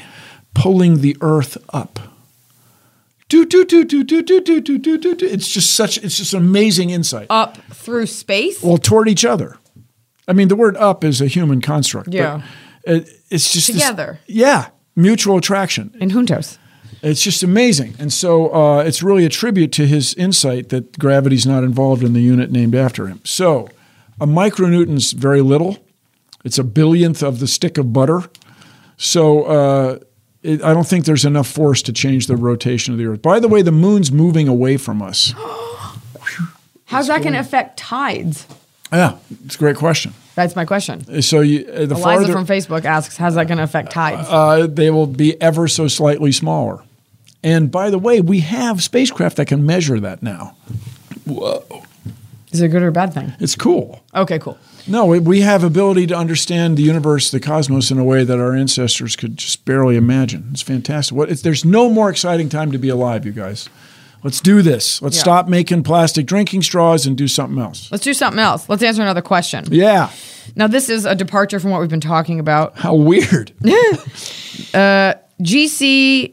Speaker 1: pulling the earth up. Do do do do do do do do do do. do. It's just such. It's just amazing insight.
Speaker 2: Up through space.
Speaker 1: well, toward each other. I mean, the word "up" is a human construct. but
Speaker 2: Yeah.
Speaker 1: it, it's just this-
Speaker 2: Together.
Speaker 1: yeah, mutual attraction.
Speaker 2: in Juntos.
Speaker 1: It's just amazing. And so uh, it's really a tribute to his insight that gravity's not involved in the unit named after him. So a micronewton's very little. It's a billionth of the stick of butter. So uh, it, I don't think there's enough force to change the rotation of the Earth. By the way, the moon's moving away from us.
Speaker 2: How's that going to affect tides?
Speaker 1: Yeah, it's a great question.
Speaker 2: That's my question.
Speaker 1: So you, uh, the
Speaker 2: Eliza
Speaker 1: farther
Speaker 2: from Facebook asks, "How's that going to affect tides?"
Speaker 1: uh, they will be ever so slightly smaller. And by the way, we have spacecraft that can measure that now.
Speaker 2: Is it a good or a bad thing?
Speaker 1: It's cool.
Speaker 2: Okay, cool.
Speaker 1: No, we- we have ability to understand the universe, the cosmos, in a way that our ancestors could just barely imagine. It's fantastic. What, it's, there's no more exciting time to be alive, you guys. Let's do this. Let's
Speaker 2: Yeah.
Speaker 1: stop making plastic drinking straws and do something else.
Speaker 2: Let's do something else. Let's answer another question.
Speaker 1: Yeah.
Speaker 2: Now, this is a departure from what we've been talking about.
Speaker 1: How weird.
Speaker 2: GC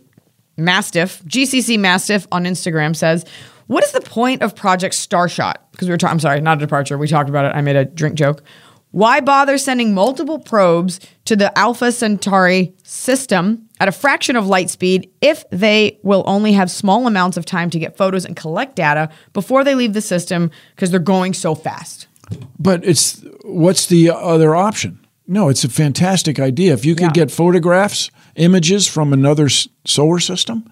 Speaker 2: Mastiff, GCC Mastiff on Instagram says, What is the point of Project Starshot? Because we were talking, I'm sorry, not a departure. We talked about it. I made a drink joke. Why bother sending multiple probes to the Alpha Centauri system at a fraction of light speed if they will only have small amounts of time to get photos and collect data before they leave the system because they're going so fast?
Speaker 1: But it's what's the other option? No, it's a fantastic idea. If you could
Speaker 2: Yeah.
Speaker 1: get photographs, images from another s- solar system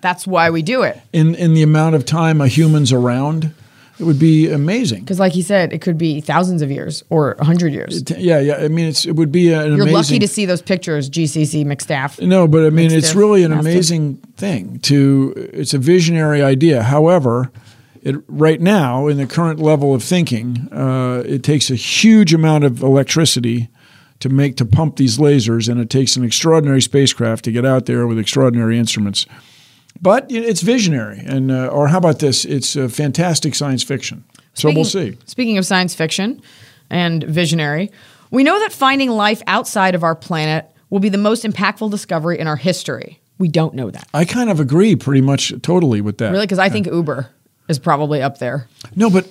Speaker 2: That's why we do it.
Speaker 1: in, in the amount of time a human's around, it would be amazing.
Speaker 2: Because, like he said, it could be thousands of years or 100 years.
Speaker 1: T- Yeah, yeah. I mean, it's, it would be an
Speaker 2: You're
Speaker 1: amazing.
Speaker 2: lucky to see those pictures, GCC McStaff.
Speaker 1: No, but I mean,
Speaker 2: Mixed
Speaker 1: it's
Speaker 2: diff,
Speaker 1: really an
Speaker 2: massive.
Speaker 1: amazing thing. To it's a visionary idea. However, it right now in the current level of thinking, uh, it takes a huge amount of electricity to make to pump these lasers, and it takes an extraordinary spacecraft to get out there with extraordinary instruments. But it- it's visionary, and uh, or how about this? It's uh, fantastic science fiction. so we'll see.
Speaker 2: Speaking- Speaking of science fiction and visionary, we know that finding life outside of our planet will be the most impactful discovery in our history. We don't know that.
Speaker 1: I kind of agree, pretty much totally with that.
Speaker 2: Really? Because I think Uber is probably up there.
Speaker 1: No, but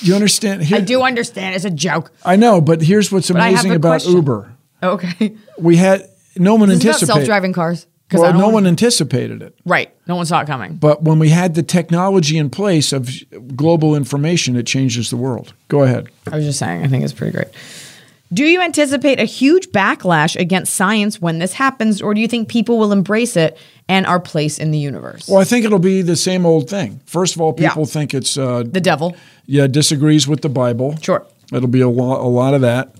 Speaker 1: you understand. Here,
Speaker 2: I do understand it's a joke.
Speaker 1: I know, but here's what's
Speaker 2: I have
Speaker 1: amazing
Speaker 2: a
Speaker 1: about
Speaker 2: question.
Speaker 1: Uber.
Speaker 2: Okay.
Speaker 1: We had no one
Speaker 2: It's about
Speaker 1: anticipated.
Speaker 2: self driving cars. 'Cause I
Speaker 1: Well,
Speaker 2: don't
Speaker 1: no
Speaker 2: wanna-
Speaker 1: one anticipated it.
Speaker 2: Right. No one saw it coming.
Speaker 1: But when we had the technology in place of global information, it changes the world. Go ahead.
Speaker 2: I was just saying, I think it's pretty great. Do you anticipate a huge backlash against science when this happens, or do you think people will embrace it and our place in the universe?
Speaker 1: Well, I think it'll be the same old thing. First of all,
Speaker 2: Yeah.
Speaker 1: people think it's uh,
Speaker 2: the devil.
Speaker 1: yeah disagrees with the Bible.
Speaker 2: Sure.
Speaker 1: it'll be a lot, a lot of that,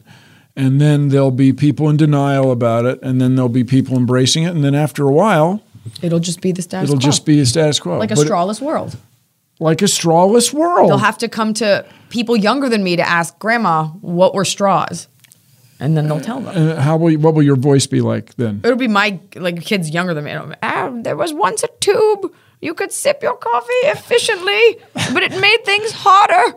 Speaker 1: and then there'll be people in denial about it, and then there'll be people embracing it, and then after a while,
Speaker 2: It'll just be the status
Speaker 1: it'll
Speaker 2: quo.
Speaker 1: just be a status quo,
Speaker 2: like a
Speaker 1: But it- Oh.
Speaker 2: strawless world.
Speaker 1: like a strawless world.
Speaker 2: They'll have to come to people younger than me to ask grandma what were straws, and then they'll tell them.
Speaker 1: Uh, How will you, what will your voice be like then?
Speaker 2: It'll be my like kids younger than me. It'll be, "Ah, there was once a tube you could sip your coffee efficiently, but it made things hotter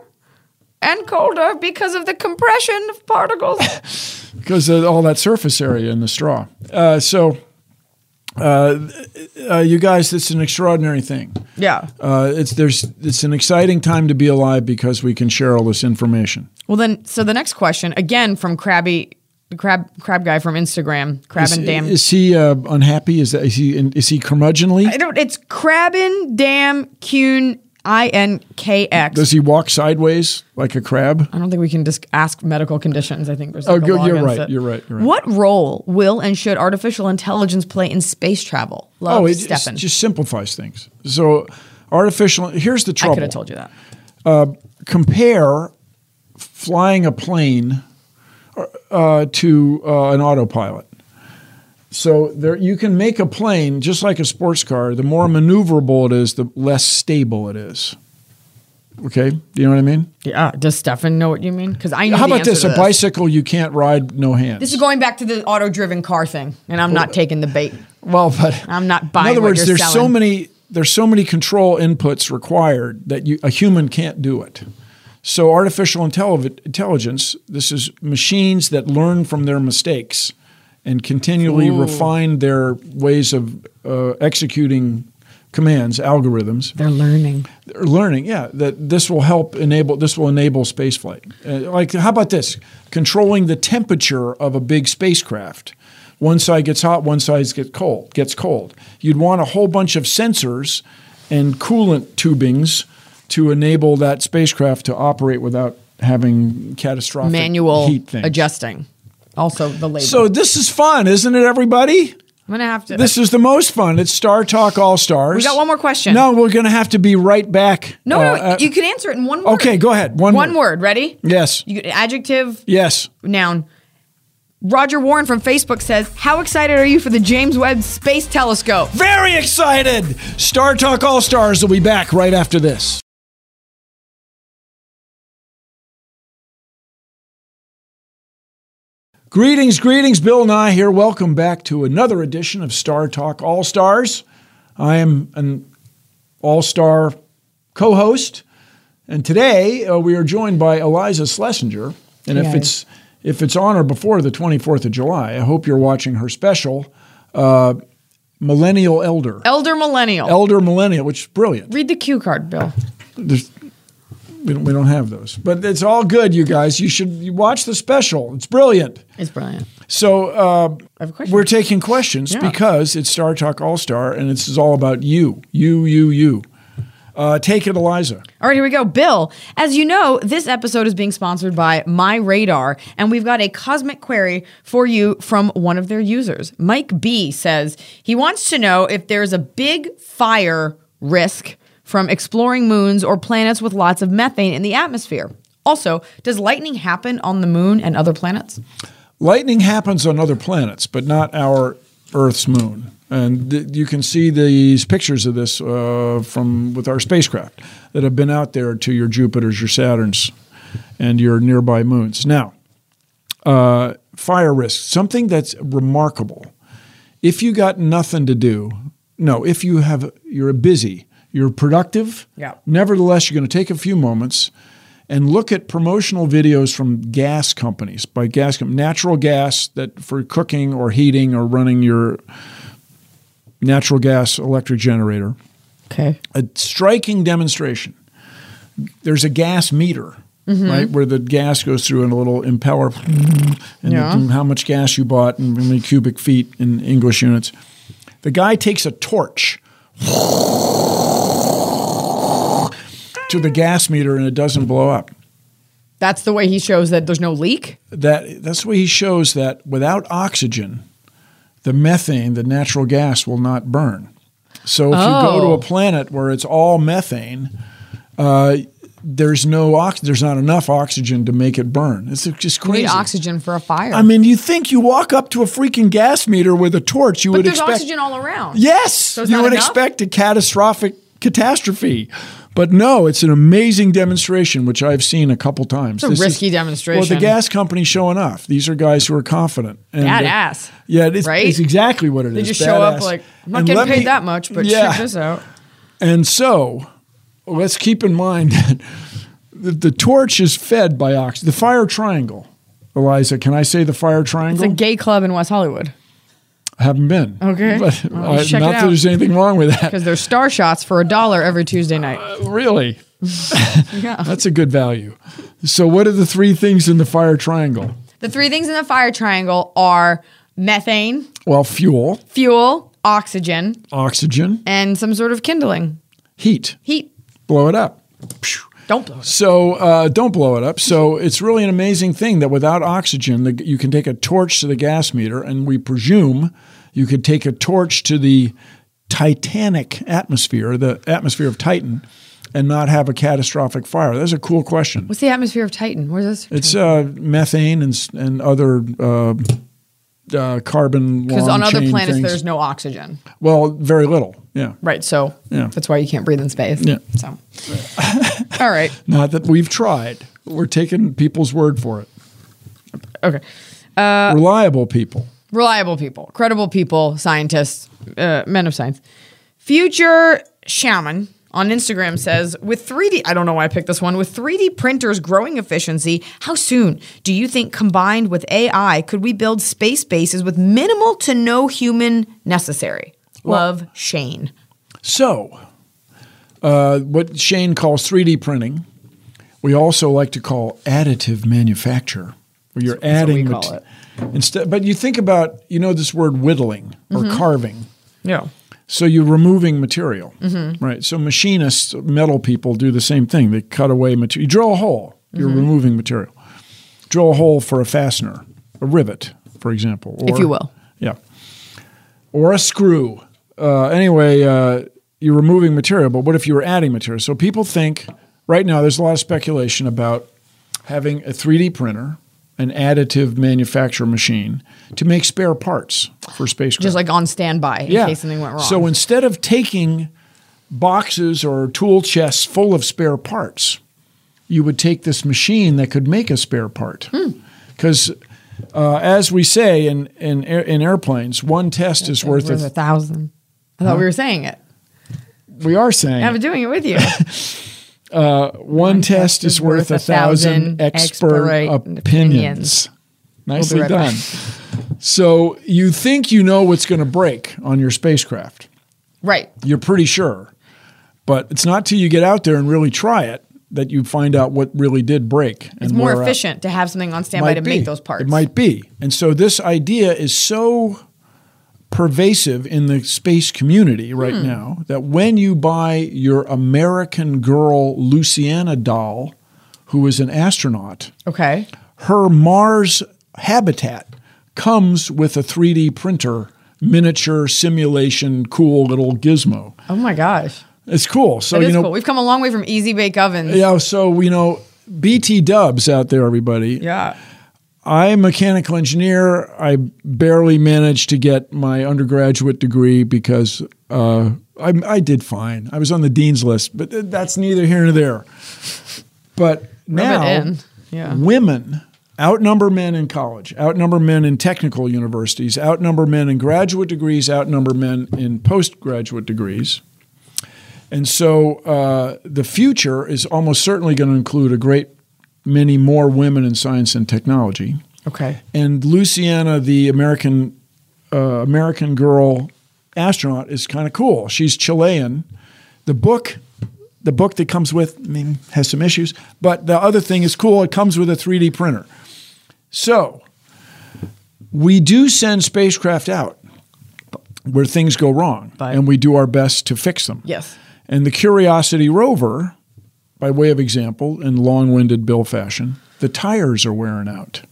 Speaker 2: and colder because of the compression of particles.
Speaker 1: because of all that surface area in the straw. Uh, so, uh, uh, you guys, it's an extraordinary thing.
Speaker 2: Yeah.
Speaker 1: Uh, it's there's it's an exciting time to be alive because we can share all this information.
Speaker 2: Well, then, so the next question again from Krabby. the Crab, crab guy from Instagram, crab
Speaker 1: Is,
Speaker 2: and damn.
Speaker 1: is he uh, unhappy? Is that is he is he curmudgeonly?
Speaker 2: I don't. It's Crabbin Dam Kuhn I N K X.
Speaker 1: Does he walk sideways like a crab?
Speaker 2: I don't think we can just ask medical conditions. I think there's
Speaker 1: Oh,
Speaker 2: like a
Speaker 1: good.
Speaker 2: law
Speaker 1: You're right.
Speaker 2: against it.
Speaker 1: You're right. You're right.
Speaker 2: What role will and should artificial intelligence play in space travel? Love,
Speaker 1: oh, it just,
Speaker 2: Stefan.
Speaker 1: just simplifies things. So, artificial. Here's the
Speaker 2: I
Speaker 1: trouble.
Speaker 2: could have told you that.
Speaker 1: compare flying a plane uh, to uh, an autopilot. So there, you can make a plane just like a sports car. The more maneuverable it is, the less stable it is. Okay, do you know what I mean?
Speaker 2: Yeah. Does Stefan know what you mean? Because I know
Speaker 1: How
Speaker 2: the
Speaker 1: about
Speaker 2: answer
Speaker 1: this?
Speaker 2: to
Speaker 1: A bicycle you can't ride no hands.
Speaker 2: This is going back to the auto-driven car thing, and I'm not taking the bait.
Speaker 1: well, but
Speaker 2: I'm not buying
Speaker 1: In other
Speaker 2: what
Speaker 1: words,
Speaker 2: you're
Speaker 1: there's so
Speaker 2: selling.
Speaker 1: many there's so many control inputs required that you, a human can't do it. So artificial intelli- intelligence, this is machines that learn from their mistakes and continually refine their ways of uh, executing commands, algorithms.
Speaker 2: They're learning.
Speaker 1: They're learning, yeah, that this will help enable this will enable spaceflight. Uh, like how about this? Controlling the temperature of a big spacecraft. One side gets hot, one side gets cold. Gets cold. You'd want a whole bunch of sensors and coolant tubings to enable that spacecraft to operate without having catastrophic
Speaker 2: Manual
Speaker 1: heat things.
Speaker 2: adjusting. Also, the labor.
Speaker 1: So this is fun, isn't it, everybody?
Speaker 2: I'm gonna have to.
Speaker 1: This is the most fun. It's Star Talk All Stars.
Speaker 2: We got one more question.
Speaker 1: No, we're going to have to be right back.
Speaker 2: no,
Speaker 1: Uh,
Speaker 2: no,
Speaker 1: uh,
Speaker 2: you can answer it in one. word.
Speaker 1: Okay, go ahead. One,
Speaker 2: One word. Ready?
Speaker 1: Yes.
Speaker 2: You could adjective,
Speaker 1: Yes.
Speaker 2: noun. Roger Warren from Facebook says, How excited are you for the James Webb Space Telescope?
Speaker 1: Very excited. Star Talk All Stars will be back right after this. Greetings, greetings. Bill Nye here. Welcome back to another edition of Star Talk All Stars. I am an all star co host, and today uh, we are joined by Eliza Schlesinger. And if
Speaker 2: Yes.
Speaker 1: it's if it's on or before the 24th of July, I hope you're watching her special millennial elder.
Speaker 2: Elder millennial.
Speaker 1: Elder millennial, which is brilliant.
Speaker 2: Read the cue card, Bill.
Speaker 1: There's, we, don't, we don't have those, but it's all good, you guys. You should you watch the special. It's brilliant.
Speaker 2: It's brilliant.
Speaker 1: So uh,
Speaker 2: I have a question.
Speaker 1: we're taking questions
Speaker 2: Yeah.
Speaker 1: because it's Star Talk All Star, and this is all about you, you, you, you. Uh, take it, Eliza.
Speaker 2: All right, here we go. Bill, as you know, this episode is being sponsored by My Radar, and we've got a cosmic query for you from one of their users. Mike B says he wants to know if there's a big fire risk from exploring moons or planets with lots of methane in the atmosphere. Also, does lightning happen on the moon and other planets?
Speaker 1: Lightning happens on other planets, but not our Earth's moon. And th- you can see these pictures of this uh, from with our spacecraft that have been out there to your Jupiters, your Saturns, and your nearby moons. Now, uh, fire risk, something that's remarkable. If you got nothing to do, no, if you have you're busy, you're productive.
Speaker 2: Yeah.
Speaker 1: Nevertheless, you're going to take a few moments and look at promotional videos from gas companies by gas com- natural gas that for cooking or heating or running your natural gas electric generator.
Speaker 2: Okay.
Speaker 1: A striking demonstration. There's a gas meter, right, where the gas goes through in a little impeller, and
Speaker 2: Yeah.
Speaker 1: the- how much gas you bought and how many cubic feet in English units. The guy takes a torch to the gas meter, and it doesn't blow up.
Speaker 2: That's the way he shows that there's no leak.
Speaker 1: that that's where he shows that without oxygen, the methane, the natural gas, will not burn. So if you go to
Speaker 2: Oh.
Speaker 1: a planet where it's all methane, uh, there's no ox- there's not enough oxygen to make it burn. It's just
Speaker 2: You
Speaker 1: crazy.
Speaker 2: need oxygen for a fire.
Speaker 1: I mean, you think you walk up to a freaking gas meter with a torch, you
Speaker 2: but
Speaker 1: would
Speaker 2: there's
Speaker 1: expect
Speaker 2: oxygen all around.
Speaker 1: Yes,
Speaker 2: it's
Speaker 1: you
Speaker 2: not
Speaker 1: would
Speaker 2: enough?
Speaker 1: expect a catastrophic catastrophe, but no, it's an amazing demonstration which I've seen a couple times.
Speaker 2: It's a
Speaker 1: This is-
Speaker 2: risky demonstration.
Speaker 1: Well, the gas company showing off. These are guys who are confident. And, uh,
Speaker 2: Badass.
Speaker 1: yeah, it's,
Speaker 2: Right?
Speaker 1: it's exactly what it is.
Speaker 2: They just show up
Speaker 1: badass.
Speaker 2: like, I'm not
Speaker 1: And
Speaker 2: getting
Speaker 1: let
Speaker 2: paid
Speaker 1: me-
Speaker 2: that much, but check this out.
Speaker 1: And so, let's keep in mind that the, the torch is fed by oxygen. The fire triangle. Eliza, can I say the fire
Speaker 2: It's
Speaker 1: triangle?
Speaker 2: a gay club in West Hollywood
Speaker 1: I haven't been.
Speaker 2: Okay.
Speaker 1: But
Speaker 2: Well,
Speaker 1: I-
Speaker 2: check it
Speaker 1: not
Speaker 2: out.
Speaker 1: that there's anything wrong with that.
Speaker 2: because there's star shots for a dollar every Tuesday night.
Speaker 1: Really?
Speaker 2: Yeah.
Speaker 1: That's a good value. So, what are the three things in the fire triangle?
Speaker 2: The three things in the fire triangle are methane,
Speaker 1: Well, fuel,
Speaker 2: fuel, oxygen,
Speaker 1: oxygen,
Speaker 2: and some sort of kindling.
Speaker 1: heat.
Speaker 2: Heat.
Speaker 1: Blow it up.
Speaker 2: Don't blow. it.
Speaker 1: So, uh, don't blow it up. So, it's really an amazing thing that without oxygen, the, you can take a torch to the gas meter, and we presume you could take a torch to the Titanic atmosphere, the atmosphere of Titan, and not have a catastrophic fire. That's a cool question.
Speaker 2: What's the atmosphere of Titan? Where's this?
Speaker 1: It's uh, methane and, s- and other uh, uh, carbon.
Speaker 2: Because on
Speaker 1: long
Speaker 2: other
Speaker 1: chain
Speaker 2: planets,
Speaker 1: things.
Speaker 2: there's no oxygen.
Speaker 1: Well, very little. Yeah.
Speaker 2: Right. So
Speaker 1: Yeah.
Speaker 2: that's why you can't breathe in space.
Speaker 1: Yeah.
Speaker 2: So. All right.
Speaker 1: Not that we've tried. We're taking people's word for it.
Speaker 2: Okay. Uh,
Speaker 1: Reliable people.
Speaker 2: reliable people, credible people, scientists, uh, men of science. Future Shaman on Instagram says, with 3D, I don't know why I picked this one, with 3D printers growing efficiency, how soon do you think combined with AI could we build space bases with minimal to no human necessary? Love Shane.
Speaker 1: So, uh, what Shane calls 3D printing, we also like to call additive manufacture, where you're
Speaker 2: what we
Speaker 1: adding.
Speaker 2: call
Speaker 1: mate- instead, but you think about you know this word whittling or
Speaker 2: Mm-hmm.
Speaker 1: carving.
Speaker 2: Yeah.
Speaker 1: So you're removing material, right? So machinists, metal people, do the same thing. They cut away material. You drill a hole. You're
Speaker 2: Mm-hmm.
Speaker 1: removing material. Drill a hole for a fastener, a rivet, for example, or,
Speaker 2: If you will.
Speaker 1: yeah, or a screw. Uh, anyway, uh, you're removing material. But what if you were adding material? So people think right now there's a lot of speculation about having a 3D printer, an additive manufacture machine, to make spare parts for spacecraft
Speaker 2: Just like on standby in case something went wrong.
Speaker 1: so instead of taking boxes or tool chests full of spare parts, you would take this machine that could make a spare part.
Speaker 2: Hmm.
Speaker 1: Because uh, as we say in, in, air, in airplanes, one test is worth
Speaker 2: worth a
Speaker 1: a.
Speaker 2: thousand. I thought we were saying it.
Speaker 1: We are saying
Speaker 2: I'm doing it with you.
Speaker 1: one, test, is worth a thousand expert
Speaker 2: expert
Speaker 1: opinions.
Speaker 2: opinions.
Speaker 1: Nicely
Speaker 2: right
Speaker 1: done.
Speaker 2: back.
Speaker 1: So you think you know what's going to break on your spacecraft.
Speaker 2: Right.
Speaker 1: You're pretty sure. But it's not till you get out there and really try it that you find out what really did break. And
Speaker 2: It's more
Speaker 1: where out-
Speaker 2: efficient to have something on standby
Speaker 1: uh,
Speaker 2: to
Speaker 1: Might be.
Speaker 2: make those parts.
Speaker 1: It might be. And so this idea is so pervasive in the space community right
Speaker 2: Hmm.
Speaker 1: now that when you buy your American girl Luciana doll, who is an astronaut,
Speaker 2: Okay.
Speaker 1: her Mars habitat comes with a 3D printer miniature simulation cool little gizmo.
Speaker 2: Oh my gosh.
Speaker 1: It's cool. So
Speaker 2: That is
Speaker 1: you know
Speaker 2: cool. We've come a long way from easy bake ovens.
Speaker 1: yeah, so you know BT dubs out there everybody.
Speaker 2: Yeah.
Speaker 1: I'm a mechanical engineer. I barely managed to get my undergraduate degree because uh, I, I did fine. I was on the dean's list, but th- that's neither here nor there. But now,
Speaker 2: in. Yeah.
Speaker 1: women outnumber men in college, outnumber men in technical universities, outnumber men in graduate degrees, outnumber men in postgraduate degrees. And so uh, the future is almost certainly going to include a great many more women in science and technology
Speaker 2: Okay.
Speaker 1: and Luciana, the American uh, American girl astronaut, is kind of cool. She's Chilean. The book, the book that comes with, I mean, has some issues, but the other thing is cool. It comes with a 3D printer. So we do send spacecraft out where things go wrong,
Speaker 2: But-
Speaker 1: and we do our best to fix them.
Speaker 2: Yes.
Speaker 1: And the Curiosity rover, by way of example, in long winded Bill fashion, the tires are wearing out.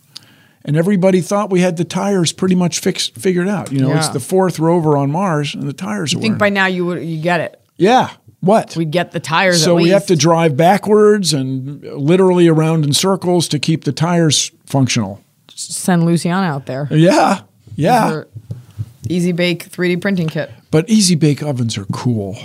Speaker 1: And everybody thought we had the tires pretty much fixed, figured out. You know, it's
Speaker 2: Yeah.
Speaker 1: the fourth rover on Mars, and the tires are
Speaker 2: I think
Speaker 1: wearing.
Speaker 2: by now you would you get it.
Speaker 1: out. yeah, what?
Speaker 2: We get the tires.
Speaker 1: so
Speaker 2: at
Speaker 1: we have
Speaker 2: least.
Speaker 1: to drive backwards and literally around in circles to keep the tires functional.
Speaker 2: send Luciana out there.
Speaker 1: Yeah, yeah.
Speaker 2: Her Easy bake 3D printing kit.
Speaker 1: But easy bake ovens are cool.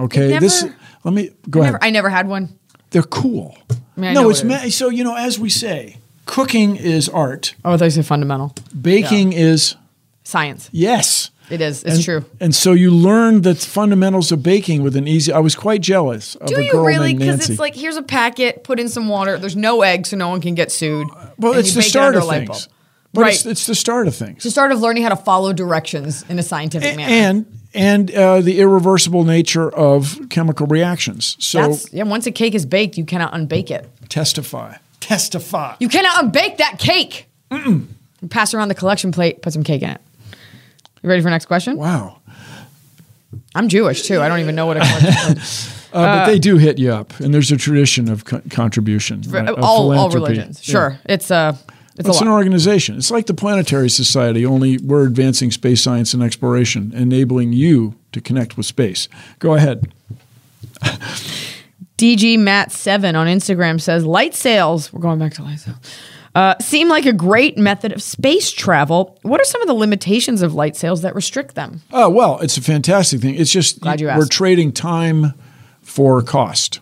Speaker 1: Okay,
Speaker 2: It
Speaker 1: this.
Speaker 2: never-
Speaker 1: Let me go ahead.
Speaker 2: Never, I never had one.
Speaker 1: They're cool.
Speaker 2: I mean, I
Speaker 1: no,
Speaker 2: know
Speaker 1: it's
Speaker 2: it
Speaker 1: ma- so you know as we say, cooking is art.
Speaker 2: Oh, those are fundamental
Speaker 1: Baking is
Speaker 2: science.
Speaker 1: yes.
Speaker 2: It is. It's
Speaker 1: and,
Speaker 2: true.
Speaker 1: And so you learn the fundamentals of baking with an easy. I was quite jealous of
Speaker 2: Do
Speaker 1: a
Speaker 2: you
Speaker 1: girl
Speaker 2: really?
Speaker 1: named Nancy.
Speaker 2: Because it's like here's a packet, put in some water. There's no egg, so no one can get sued.
Speaker 1: well,
Speaker 2: and
Speaker 1: it's
Speaker 2: you
Speaker 1: the
Speaker 2: bake it
Speaker 1: start
Speaker 2: under
Speaker 1: of
Speaker 2: a light bulb.
Speaker 1: things. But
Speaker 2: right.
Speaker 1: it's, it's the start of things.
Speaker 2: the start of learning how to follow directions in a scientific manner.
Speaker 1: and and uh, the irreversible nature of chemical reactions. So
Speaker 2: That's, yeah, once a cake is baked, you cannot unbake it.
Speaker 1: testify, testify.
Speaker 2: You cannot unbake that cake. Mm-mm. Pass around the collection plate, put some cake in it. You ready for next question?
Speaker 1: wow.
Speaker 2: I'm Jewish too. I don't even know what a collection plate is.
Speaker 1: Uh, but they do hit you up, and there's a tradition of co- contribution. right, of
Speaker 2: uh, all, all
Speaker 1: philanthropy.
Speaker 2: religions.
Speaker 1: Yeah.
Speaker 2: Sure. It's, uh, it's
Speaker 1: It's
Speaker 2: a
Speaker 1: an
Speaker 2: lot.
Speaker 1: organization. It's like the Planetary Society, only we're advancing space science and exploration, enabling you to connect with space. Go ahead.
Speaker 2: DG Matt7 on Instagram says light sails, we're going back to light sails, uh, seem like a great method of space travel. What are some of the limitations of light sails that restrict them?
Speaker 1: Oh, well, it's a fantastic thing. It's just
Speaker 2: Glad you
Speaker 1: we're
Speaker 2: asked.
Speaker 1: trading time for cost.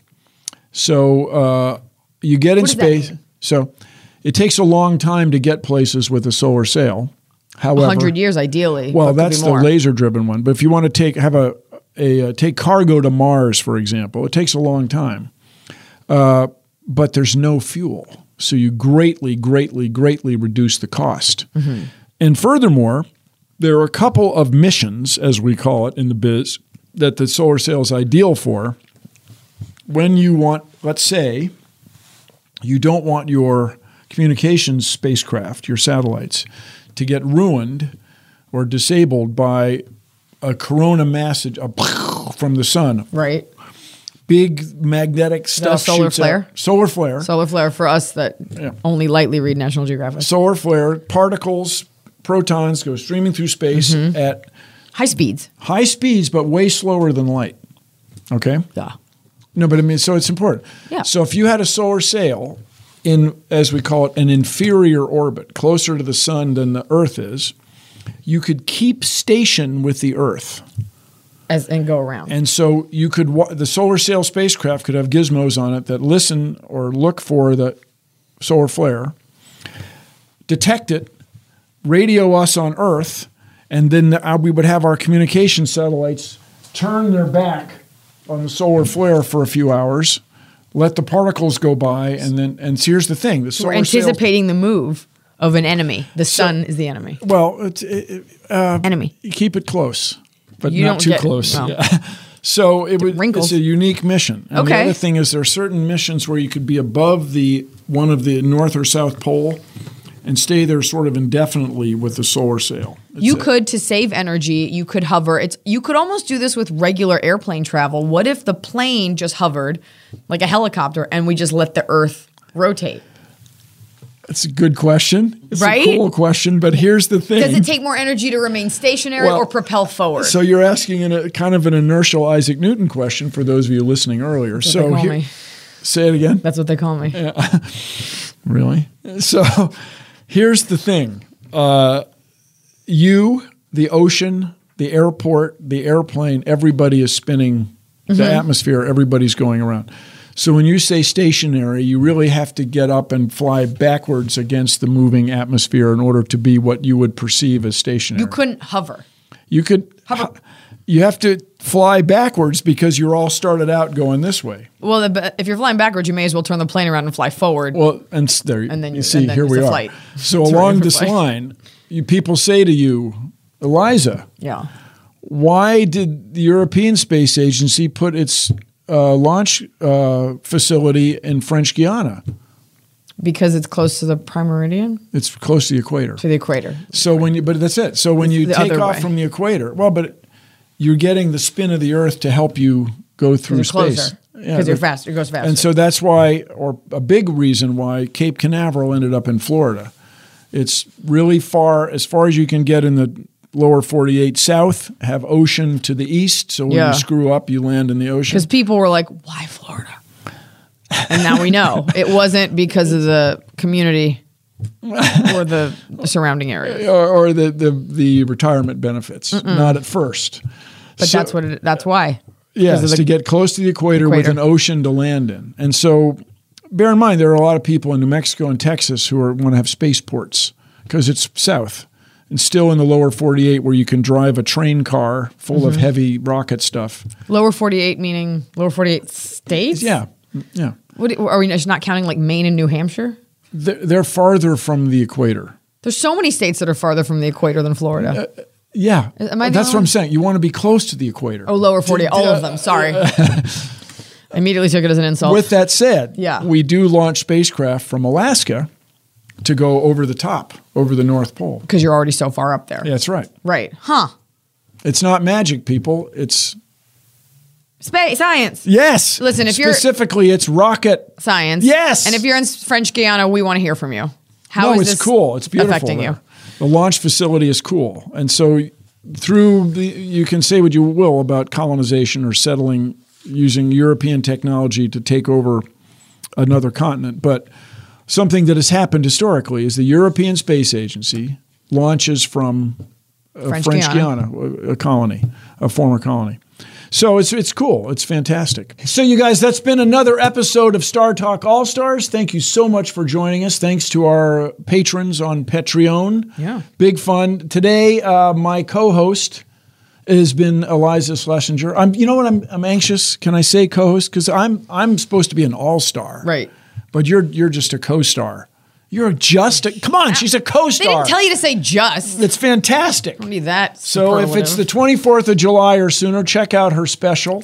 Speaker 1: So uh, you get in
Speaker 2: What does that
Speaker 1: space.
Speaker 2: mean?
Speaker 1: So it takes a long time to get places with a solar sail. However,
Speaker 2: 100 years, ideally.
Speaker 1: Well,
Speaker 2: but could be
Speaker 1: that's the
Speaker 2: more.
Speaker 1: laser-driven one. But if you want to take have a, a uh, take cargo to Mars, for example, it takes a long time. Uh, but there's no fuel, so you greatly, greatly, greatly reduce the cost.
Speaker 2: Mm-hmm.
Speaker 1: And furthermore, there are a couple of missions, as we call it in the biz, that the solar sail is ideal for. When you want, let's say, you don't want your communications spacecraft, your satellites, to get ruined or disabled by a corona message a from the sun.
Speaker 2: Right.
Speaker 1: Big magnetic stuff.
Speaker 2: solar
Speaker 1: shoots
Speaker 2: flare?
Speaker 1: Out. Solar flare.
Speaker 2: Solar flare for us that only lightly read National Geographic.
Speaker 1: solar flare. Particles, protons go streaming through space
Speaker 2: Mm-hmm.
Speaker 1: at
Speaker 2: High speeds.
Speaker 1: high speeds, but way slower than light. Okay.
Speaker 2: Yeah.
Speaker 1: No, but I mean, so it's important.
Speaker 2: Yeah.
Speaker 1: So if you had a solar sail in, as we call it, an inferior orbit, closer to the sun than the Earth is, you could keep station with the Earth.
Speaker 2: As and go around.
Speaker 1: And so you could, wa- the solar sail spacecraft could have gizmos on it that listen or look for the solar flare, detect it, radio us on Earth, and then uh, we would have our communication satellites turn their back on the solar flare for a few hours, let the particles go by, and then, and so here's the thing the
Speaker 2: We're
Speaker 1: solar sail-
Speaker 2: anticipating the move of an enemy. The sun is the enemy.
Speaker 1: Well, it's it, it-
Speaker 2: enemy.
Speaker 1: keep it close, but
Speaker 2: You
Speaker 1: not
Speaker 2: don't
Speaker 1: too
Speaker 2: get-
Speaker 1: close.
Speaker 2: no.
Speaker 1: So it would,
Speaker 2: wrinkles.
Speaker 1: it's a unique mission. And
Speaker 2: Okay.
Speaker 1: The other thing is there are certain missions where you could be above the one of the north or south pole and stay there sort of indefinitely with the solar sail. It's
Speaker 2: You
Speaker 1: a-
Speaker 2: could to save energy, you could hover. It's you could almost do this with regular airplane travel. What if the plane just hovered like a helicopter and we just let the earth rotate?
Speaker 1: It's a good question. It's
Speaker 2: Right?
Speaker 1: a cool question, but here's the thing.
Speaker 2: Does it take more energy to remain stationary
Speaker 1: Well,
Speaker 2: or propel forward?
Speaker 1: so you're asking in a kind of an inertial Isaac Newton question for those of you listening earlier.
Speaker 2: what they
Speaker 1: so
Speaker 2: call
Speaker 1: here-
Speaker 2: me.
Speaker 1: say it again.
Speaker 2: That's what they call me.
Speaker 1: Really? So here's the thing uh, you, the ocean, the airport, the airplane, everybody is spinning the atmosphere, everybody's going around. So when you say stationary, you really have to get up and fly backwards against the moving atmosphere in order to be what you would perceive as stationary.
Speaker 2: You couldn't hover.
Speaker 1: You could.
Speaker 2: Hover.
Speaker 1: You have to fly backwards because you're all started out going this way.
Speaker 2: Well, the- but if you're flying backwards, you may as well turn the plane around and fly forward.
Speaker 1: Well, and s- there
Speaker 2: And then
Speaker 1: you,
Speaker 2: you-
Speaker 1: see
Speaker 2: and then
Speaker 1: here
Speaker 2: it's
Speaker 1: we
Speaker 2: a
Speaker 1: are.
Speaker 2: flight.
Speaker 1: So
Speaker 2: It's a
Speaker 1: along
Speaker 2: regular
Speaker 1: this
Speaker 2: flight.
Speaker 1: line, you people say to you, Eliza,
Speaker 2: yeah.
Speaker 1: why did the European Space Agency put its uh, launch uh, facility in French Guiana?
Speaker 2: Because it's close to the prime meridian,
Speaker 1: It's close to the equator.
Speaker 2: to the equator.
Speaker 1: So when you, but that's it. So when you
Speaker 2: the
Speaker 1: take
Speaker 2: other
Speaker 1: off
Speaker 2: way.
Speaker 1: from the equator, well, but you're getting the spin of the Earth to help you go through
Speaker 2: You're
Speaker 1: space.
Speaker 2: closer. Because
Speaker 1: Yeah,
Speaker 2: you're
Speaker 1: but-
Speaker 2: faster. It goes faster.
Speaker 1: And so that's why, or a big reason why Cape Canaveral ended up in Florida. It's really far, as far as you can get in the lower 48 south, have ocean to the east. So when
Speaker 2: Yeah.
Speaker 1: you screw up, you land in the ocean.
Speaker 2: because people were like, "Why Florida?" And now we know it wasn't because of the community or the surrounding area.
Speaker 1: Or, or the, the, the retirement benefits, not at first.
Speaker 2: But that's what it, that's why.
Speaker 1: Yes,
Speaker 2: of the-
Speaker 1: to get close to the equator, with
Speaker 2: Equator.
Speaker 1: an ocean to land in. And so, bear in mind, there are a lot of people in New Mexico and Texas who are, want to have spaceports because it's south and still in the lower 48 where you can drive a train car full
Speaker 2: Mm-hmm.
Speaker 1: of heavy rocket stuff.
Speaker 2: Lower forty-eight meaning lower forty-eight states.
Speaker 1: Yeah, yeah.
Speaker 2: What do- are we just not counting like Maine and New Hampshire?
Speaker 1: They're, they're farther from the equator.
Speaker 2: There's so many states that are farther from the equator than Florida.
Speaker 1: Uh, Yeah.
Speaker 2: Am I the
Speaker 1: That's what
Speaker 2: only
Speaker 1: I'm
Speaker 2: one?
Speaker 1: saying. You want to be close to the equator.
Speaker 2: oh, lower forty-eight, all of them. Sorry. Immediately took it as an insult.
Speaker 1: With that said,
Speaker 2: Yeah.
Speaker 1: we do launch spacecraft from Alaska to go over the top, over the North Pole.
Speaker 2: because you're already so far up there.
Speaker 1: Yeah, that's right.
Speaker 2: Right. Huh.
Speaker 1: It's not magic, people. It's
Speaker 2: Space science.
Speaker 1: yes.
Speaker 2: Listen, if you're-
Speaker 1: specifically, it's rocket.
Speaker 2: Science.
Speaker 1: Yes.
Speaker 2: And if you're in French Guiana, we want to hear from you. How
Speaker 1: no,
Speaker 2: is
Speaker 1: it's
Speaker 2: this
Speaker 1: cool. It's beautiful.
Speaker 2: affecting
Speaker 1: there.
Speaker 2: you?
Speaker 1: The launch facility is cool, and so through the, you can say what you will about colonization or settling using European technology to take over another continent, but something that has happened historically is the European Space Agency launches from uh,
Speaker 2: French
Speaker 1: French, Guiana, a- a colony, a former colony. So it's it's cool. It's fantastic. So you guys, that's been another episode of Star Talk All Stars. Thank you so much for joining us. Thanks to our patrons on Patreon.
Speaker 2: Yeah.
Speaker 1: big fun today. Uh, my co-host has been Eliza Schlesinger. I'm. You know what? I'm I'm anxious. Can I say co-host? Because I'm I'm supposed to be an all star.
Speaker 2: Right.
Speaker 1: But you're you're just a co-star. You're just a come on. She's a
Speaker 2: They
Speaker 1: co-star.
Speaker 2: didn't tell you to say just.
Speaker 1: It's fantastic.
Speaker 2: Don't need that.
Speaker 1: So if it's the
Speaker 2: superlative.
Speaker 1: 24th of July or sooner, check out her special.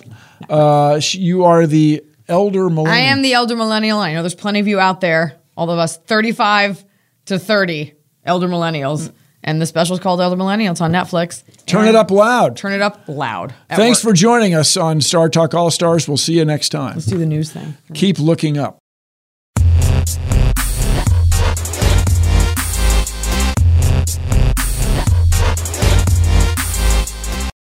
Speaker 1: Uh, sh you are the elder millennial.
Speaker 2: I am the elder millennial. I know there's plenty of you out there, all of us 35 to 30 elder millennials. And the special's called Elder Millennial. It's on Netflix.
Speaker 1: Turn
Speaker 2: And
Speaker 1: it up loud.
Speaker 2: Turn it up loud.
Speaker 1: Thanks for joining us on Star Talk All Stars. We'll see you next time.
Speaker 2: Let's do the news thing.
Speaker 1: Keep looking up.